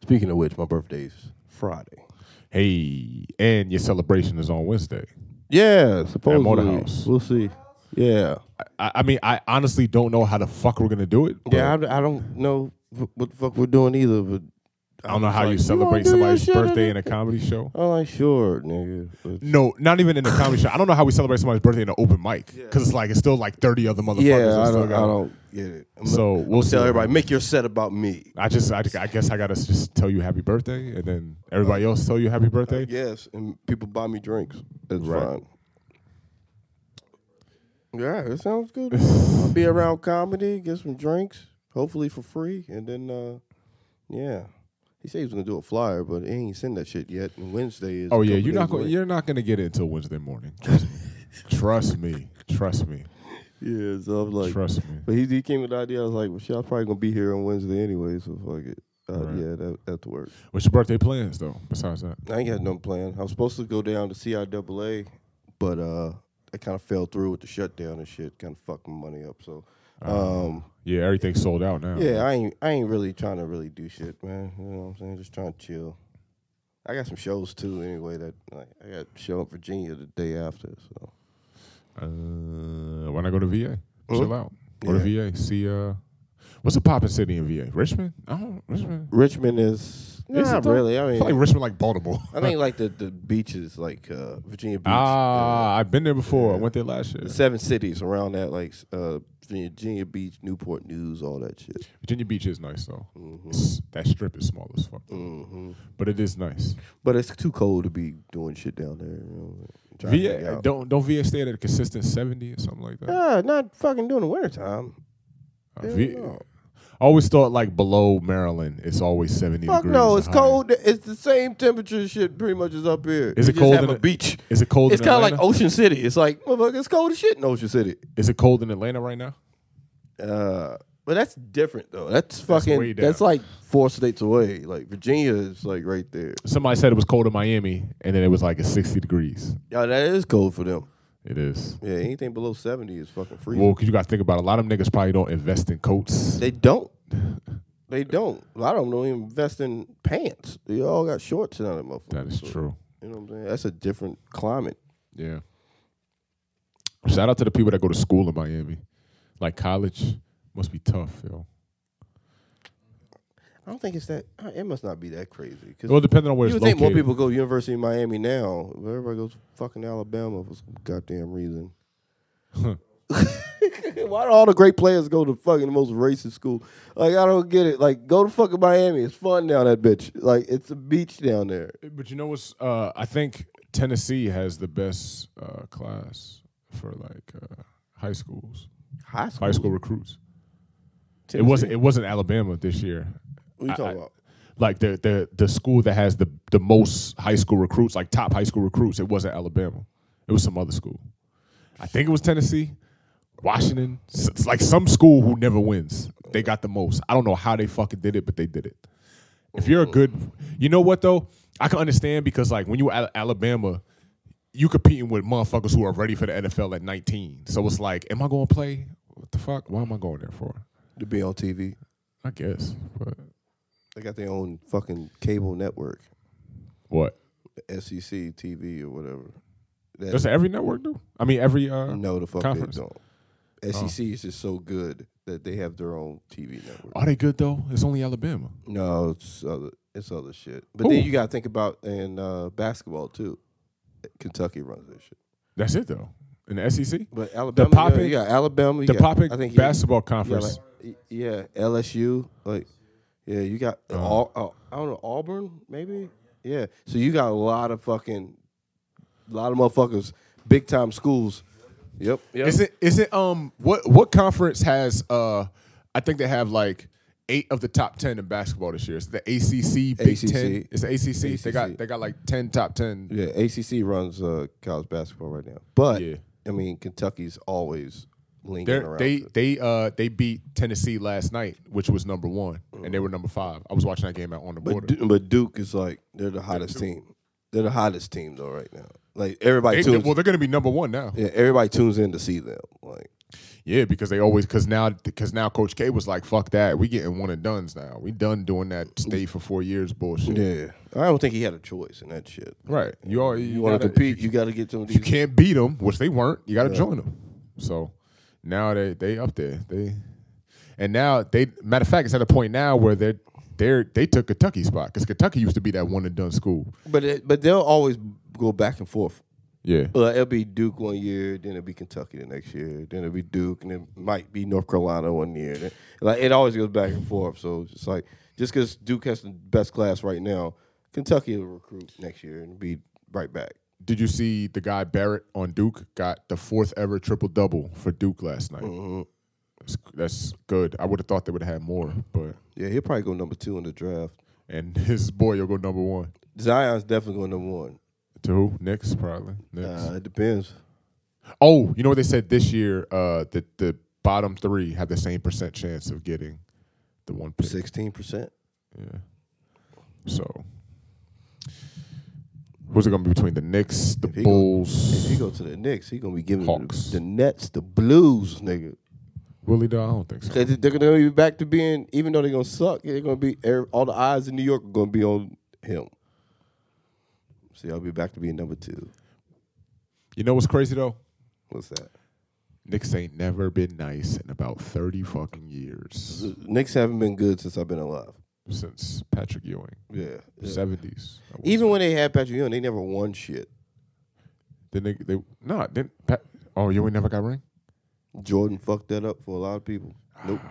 Speaking of which, my birthday's Friday.
Hey, and your celebration is on Wednesday.
Yeah, supposedly.
Motorhouse.
We'll see. Yeah.
I, I mean, I honestly don't know how the fuck we're gonna do it. but
Yeah, I, I don't know wh- what the fuck we're doing either, but
I don't know how you
like, "You wanna
celebrate
do your
somebody's
shit or
birthday
not?"
in a comedy show.
I'm like, sure, nigga. But-
No, not even in the comedy show. I don't know how we celebrate somebody's birthday in an open mic because it's like it's still like thirty other motherfuckers.
Yeah,
that
I
still
don't,
got-
I don't get it. I'm
So
gonna-
we'll
I'm gonna tell
see.
everybody, make your set about me.
I just, I, I guess I gotta just tell you happy birthday, and then everybody
Uh,
else tell you happy birthday.
Yes, and people buy me drinks. That's
Right.
fine. Yeah, it sounds good. I'll be around comedy, get some drinks, hopefully for free, and then uh yeah. He said he was gonna do a flyer, but he ain't send that shit yet. And Wednesday is. a
Oh yeah,
couple
you're not
days
going,
away.
you're not gonna get it until Wednesday morning. Trust me, trust me, trust me.
Yeah, so I'm like,
Trust me.
but he, he came with the idea. I was like, well, shit, I'm probably gonna be here on Wednesday anyway, so fuck it. Uh,
Right.
Yeah, that that's the work.
What's your birthday plans though? Besides that,
I ain't got no plan. I was supposed to go down to CIAA, but uh, I kind of fell through with the shutdown and shit. Kind of fucked my money up. So,
Ah.
um,
yeah, everything's sold out now.
yeah, I ain't I ain't really trying to really do shit, man. You know what I'm saying? Just trying to chill. I got some shows too. Anyway, that like, I got a show in Virginia the day after. So
Uh, when I go to VA, chill out. Go
Uh-huh. Yeah.
to VA, see. uh What's a poppin' city in VA? Richmond? I don't Richmond.
Richmond is
Is it
not
though?
really. I
I
mean,
feel like Richmond, like Baltimore.
I think like the the beaches, like uh, Virginia Beach. uh,
Ah, I've been there before. I went there last year.
the seven cities around that, like uh, Virginia, Virginia Beach, Newport News, all that shit.
Virginia Beach is nice though.
Mm-hmm.
It's- That strip is small as fuck,
Mm.
but it is nice.
But it's too cold to be doing shit down there. You know, trying to hang
VA
out.
don't don't VA stay at a consistent seventy or something like that.
Ah, not fucking doing the wintertime.
Uh, V- I always thought like below Maryland, it's always seventy
Fuck
degrees.
no,
and
it's
higher.
cold. It's the same temperature shit pretty much as up here.
Is
We
it
just
cold
Have
in
a
it-
beach.
Is it cold?
It's
in
kind of like
Atlanta?
Ocean City. It's like motherfucker, it's cold as shit in Ocean City.
Is it cold in Atlanta right now?
Uh, but that's different though. That's fucking.
way
That's,
down.
like four states away. Like Virginia is like right there.
Somebody said it was cold in Miami, and then it was like it's sixty degrees.
Yeah, that is cold for them.
It is.
Yeah, anything below seventy is fucking freezing.
Well, 'cause you got to think about it. a lot of them niggas probably don't invest in coats.
They don't. They don't. A lot of them don't even invest in pants. They all got shorts and all that motherfucker.
That is
So,
true.
You know what I'm saying? That's a different climate.
Yeah. Shout out to the people that go to school in Miami. Like college must be tough, yo.
I don't think it's that. uh, It must not be that crazy. Cause
Well, depending on where
you would
it's
think
located.
more people go to University of Miami now, but everybody goes to fucking Alabama for some goddamn reason. Why do all the great players go to fucking the most racist school? Like I don't get it. Like go to fucking Miami. It's fun down that bitch. Like it's a beach down there.
But you know what's? Uh, I think Tennessee has the best uh, class for like uh, high schools,
High school.
high school recruits. It wasn't. It wasn't Alabama this year.
What you
I-
talking
I-
about?
Like the the the school that has the the most high school recruits, like top high school recruits. It wasn't Alabama. It was some other school. I think it was Tennessee, Washington. S- It's like some school who never wins. They got the most. I don't know how they fucking did it, but they did it. If you're a good, you know what though, I can understand because like when you at Alabama, you competing with motherfuckers who are ready for the NFL at 19. So it's like, am I going to play? What the fuck? Why am I going there for?
To be on TV.
I guess. But
They got their own fucking cable network,
what?
the E SEC TV or whatever. That,
Does every network do? I mean, every uh,
no, the fuck
conference. Oh.
they don't. SEC is just so good that they have their own TV network.
Are they good though? It's only Alabama.
No, it's other, it's other shit. But then
Ooh.
you gotta think about in uh, basketball too. Kentucky runs that shit,
That's it though. In the SEC,
but Alabama.
poppin-
yeah, Alabama. you
the
got-
popping
I think you-
basketball
you got
conference.
like- yeah, LSU. Like, yeah, you got
Uh-huh.
all. uh, I don't know Auburn, maybe. Yeah, so you got a lot of fucking, a lot of motherfuckers, big time schools. Yep. Yep.
Is it is it um what what conference has uh I think they have like eight of the top ten in basketball this year. It's the ACC, Big
ACC.
Ten. It's the ACC. They got
ACC.
they got like ten top ten.
Yeah, ACC runs uh, college basketball right now, but
Yeah.
I mean Kentucky's always linking
They're,
around.
they
it.
they uh they beat Tennessee last night, which was number one, and they were number five. I was watching that game out on the
but,
border.
Du- but Duke is like they're the hottest team. They're the hottest team though right now. Like everybody
They-
tunes,
well, they're gonna be number one now.
yeah, everybody tunes in to see them. Like
Yeah, because they always because now because now Coach K was like, "Fuck that, we getting one and duns now. We done doing that stay for four years bullshit."
yeah, I don't think he had a choice in that shit.
Right. You all you,
You want
gotta-
to compete, you got to get some of these.
you can't beat them, which they weren't. You got to join them. So now they they up there. They and now they matter of fact, it's at a point now where they're they're they took Kentucky's spot because Kentucky used to be that one and done school.
But it, but they'll always go back and forth.
Yeah,
Uh, it'll be Duke one year, then it'll be Kentucky the next year, then it'll be Duke, and it might be North Carolina one year. Then- Like it always goes back and forth. So it's just like just because Duke has the best class right now, Kentucky will recruit next year and be right back.
did you see the guy Barrett on Duke got the fourth ever triple double for Duke last night?
Uh-huh.
That's, that's good. I would have thought they would have had more, but
Yeah, he'll probably go number two in the draft.
and his boy will go number one.
Zion's definitely going number one.
To who? Knicks probably. Knicks.
Uh, it depends.
Oh, you know what they said this year? Uh, that the bottom three have the same percent chance of getting the one pick.
Sixteen percent.
So, who's it going to be between the Knicks, the
he go-
Bulls?
If you go to the Knicks, he's gonna be giving
Hawks.
the, the Nets the blues, nigga.
Willie, though, I don't think so.
They- They're gonna be back to being, even though they're gonna suck. They're gonna be every- all the eyes in New York are gonna be on him. See, I'll be back to being number two.
You know what's crazy though?
What's that?
Knicks ain't never been nice in about thirty fucking years
Knicks haven't been good since I've been alive.
since Patrick Ewing,
Yeah.
seventies.
Even when they had Patrick Ewing, they never won shit.
the nigga, they nah, didn't Pat, oh Ewing never got a ring.
Jordan fucked that up for a lot of people. Nope.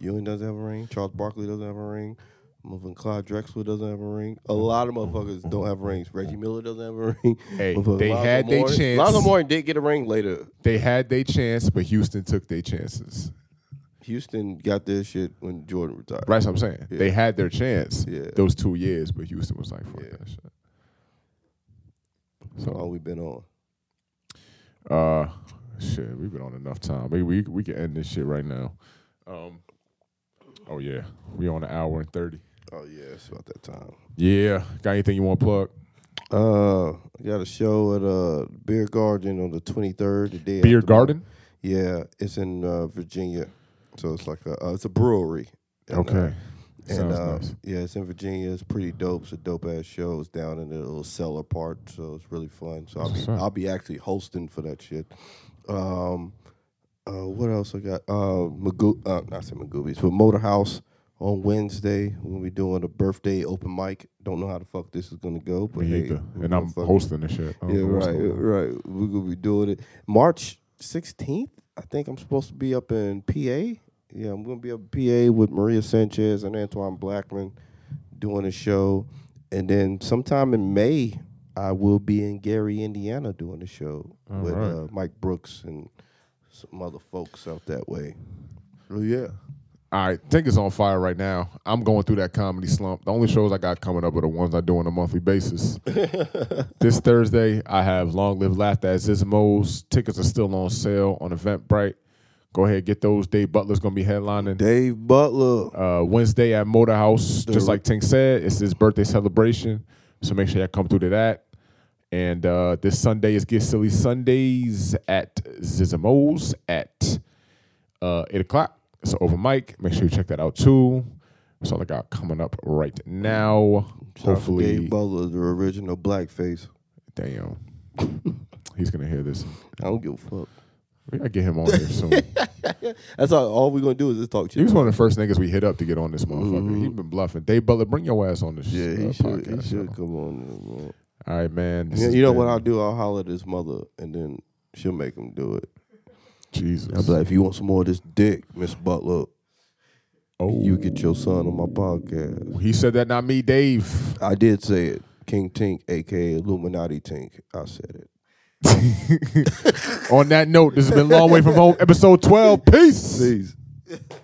Ewing doesn't have a ring. Charles Barkley doesn't have a ring. Motherfucking Clyde Drexler doesn't have a ring. A lot of motherfuckers don't have rings. Reggie Miller doesn't have a ring.
Hey,
Motherfucker
they
Lonzo
had they
Mourning-
chance.
Lonzo Mourning did get a ring later.
They had their chance, but Houston took their chances.
Houston got their shit when Jordan retired.
Right, that's what I'm saying. They had their chance
Yeah.
those two years, but Houston was like, fuck that shit.
So all we've been on.
Uh, shit, we've been on enough time. Maybe we we can end this shit right now. Um, oh yeah, we on an hour and thirty.
Oh yeah, it's about that time.
Yeah, got anything you want to plug?
Uh, I got a show at uh Beer Garden on the twenty third. The day
Beer
after-
Garden.
Yeah, it's in uh, Virginia, so it's like a uh, it's a brewery. And, uh, And
sounds
uh,
nice.
yeah, it's in Virginia. It's pretty dope. It's a dope ass show. It's down in the little cellar part, so it's really fun. So I'll be, I'll be actually hosting for that shit. Um, uh, what else I got? Uh, Magoo, uh, not say Magoobies, but Motorhouse on Wednesday. We'll be doing a birthday open mic. Don't know how the fuck this is gonna go, but
Me
hey,
either.
we're
and
gonna
I'm
fuck-
hosting this shit. I don't
Yeah,
know what's
right,
going on.
right. We're gonna be doing it March 16th. I think I'm supposed to be up in PA. Yeah, I'm gonna be up in PA with Maria Sanchez and Antoine Blackman doing a show, and then sometime in May I will be in Gary, Indiana, doing a show with
right.
uh, Mike Brooks and some other folks out that way. Oh yeah.
All right, think it's on fire right now. I'm going through that comedy slump. The only shows I got coming up are the ones I do on a monthly basis. this Thursday, I have Long Live Laughter at Zizmo's. Tickets are still on sale on Eventbrite. Go ahead, get those. Dave Butler's going to be headlining.
Dave Butler.
Uh, Wednesday at Motorhouse,
Mm-hmm.
just like Tink said, it's his birthday celebration. So make sure y'all come through to that. And uh, this Sunday is Get Silly Sundays at Zizmo's at uh, 8 o'clock. So over mic. Make sure you check that out too. That's all I got coming up right now. Hopefully,
Dave Butler, the original blackface.
damn, he's gonna hear this.
I don't give a fuck.
We gotta get him on here soon. he
That's all. All we're gonna do is just talk shit.
was one of the first niggas we hit up to get on this motherfucker. He's been bluffing. Dave Butler, bring your ass on this.
Mm-hmm. Yeah, he
uh,
should. He
podcast,
should
yo.
come on. there, man.
All right, man. This
You,
has
you know
been-
what I'll do? I'll holler at his mother, and then she'll make him do it.
Jesus.
I'll be like, if you want some more of this dick, Miss Butler,
Oh,
You get your son on my podcast.
he said that, not me, Dave.
I did say it. King Tink, aka Illuminati Tink. I said it.
On that note, this has been Long Way From Home, episode 12. Peace.
Please.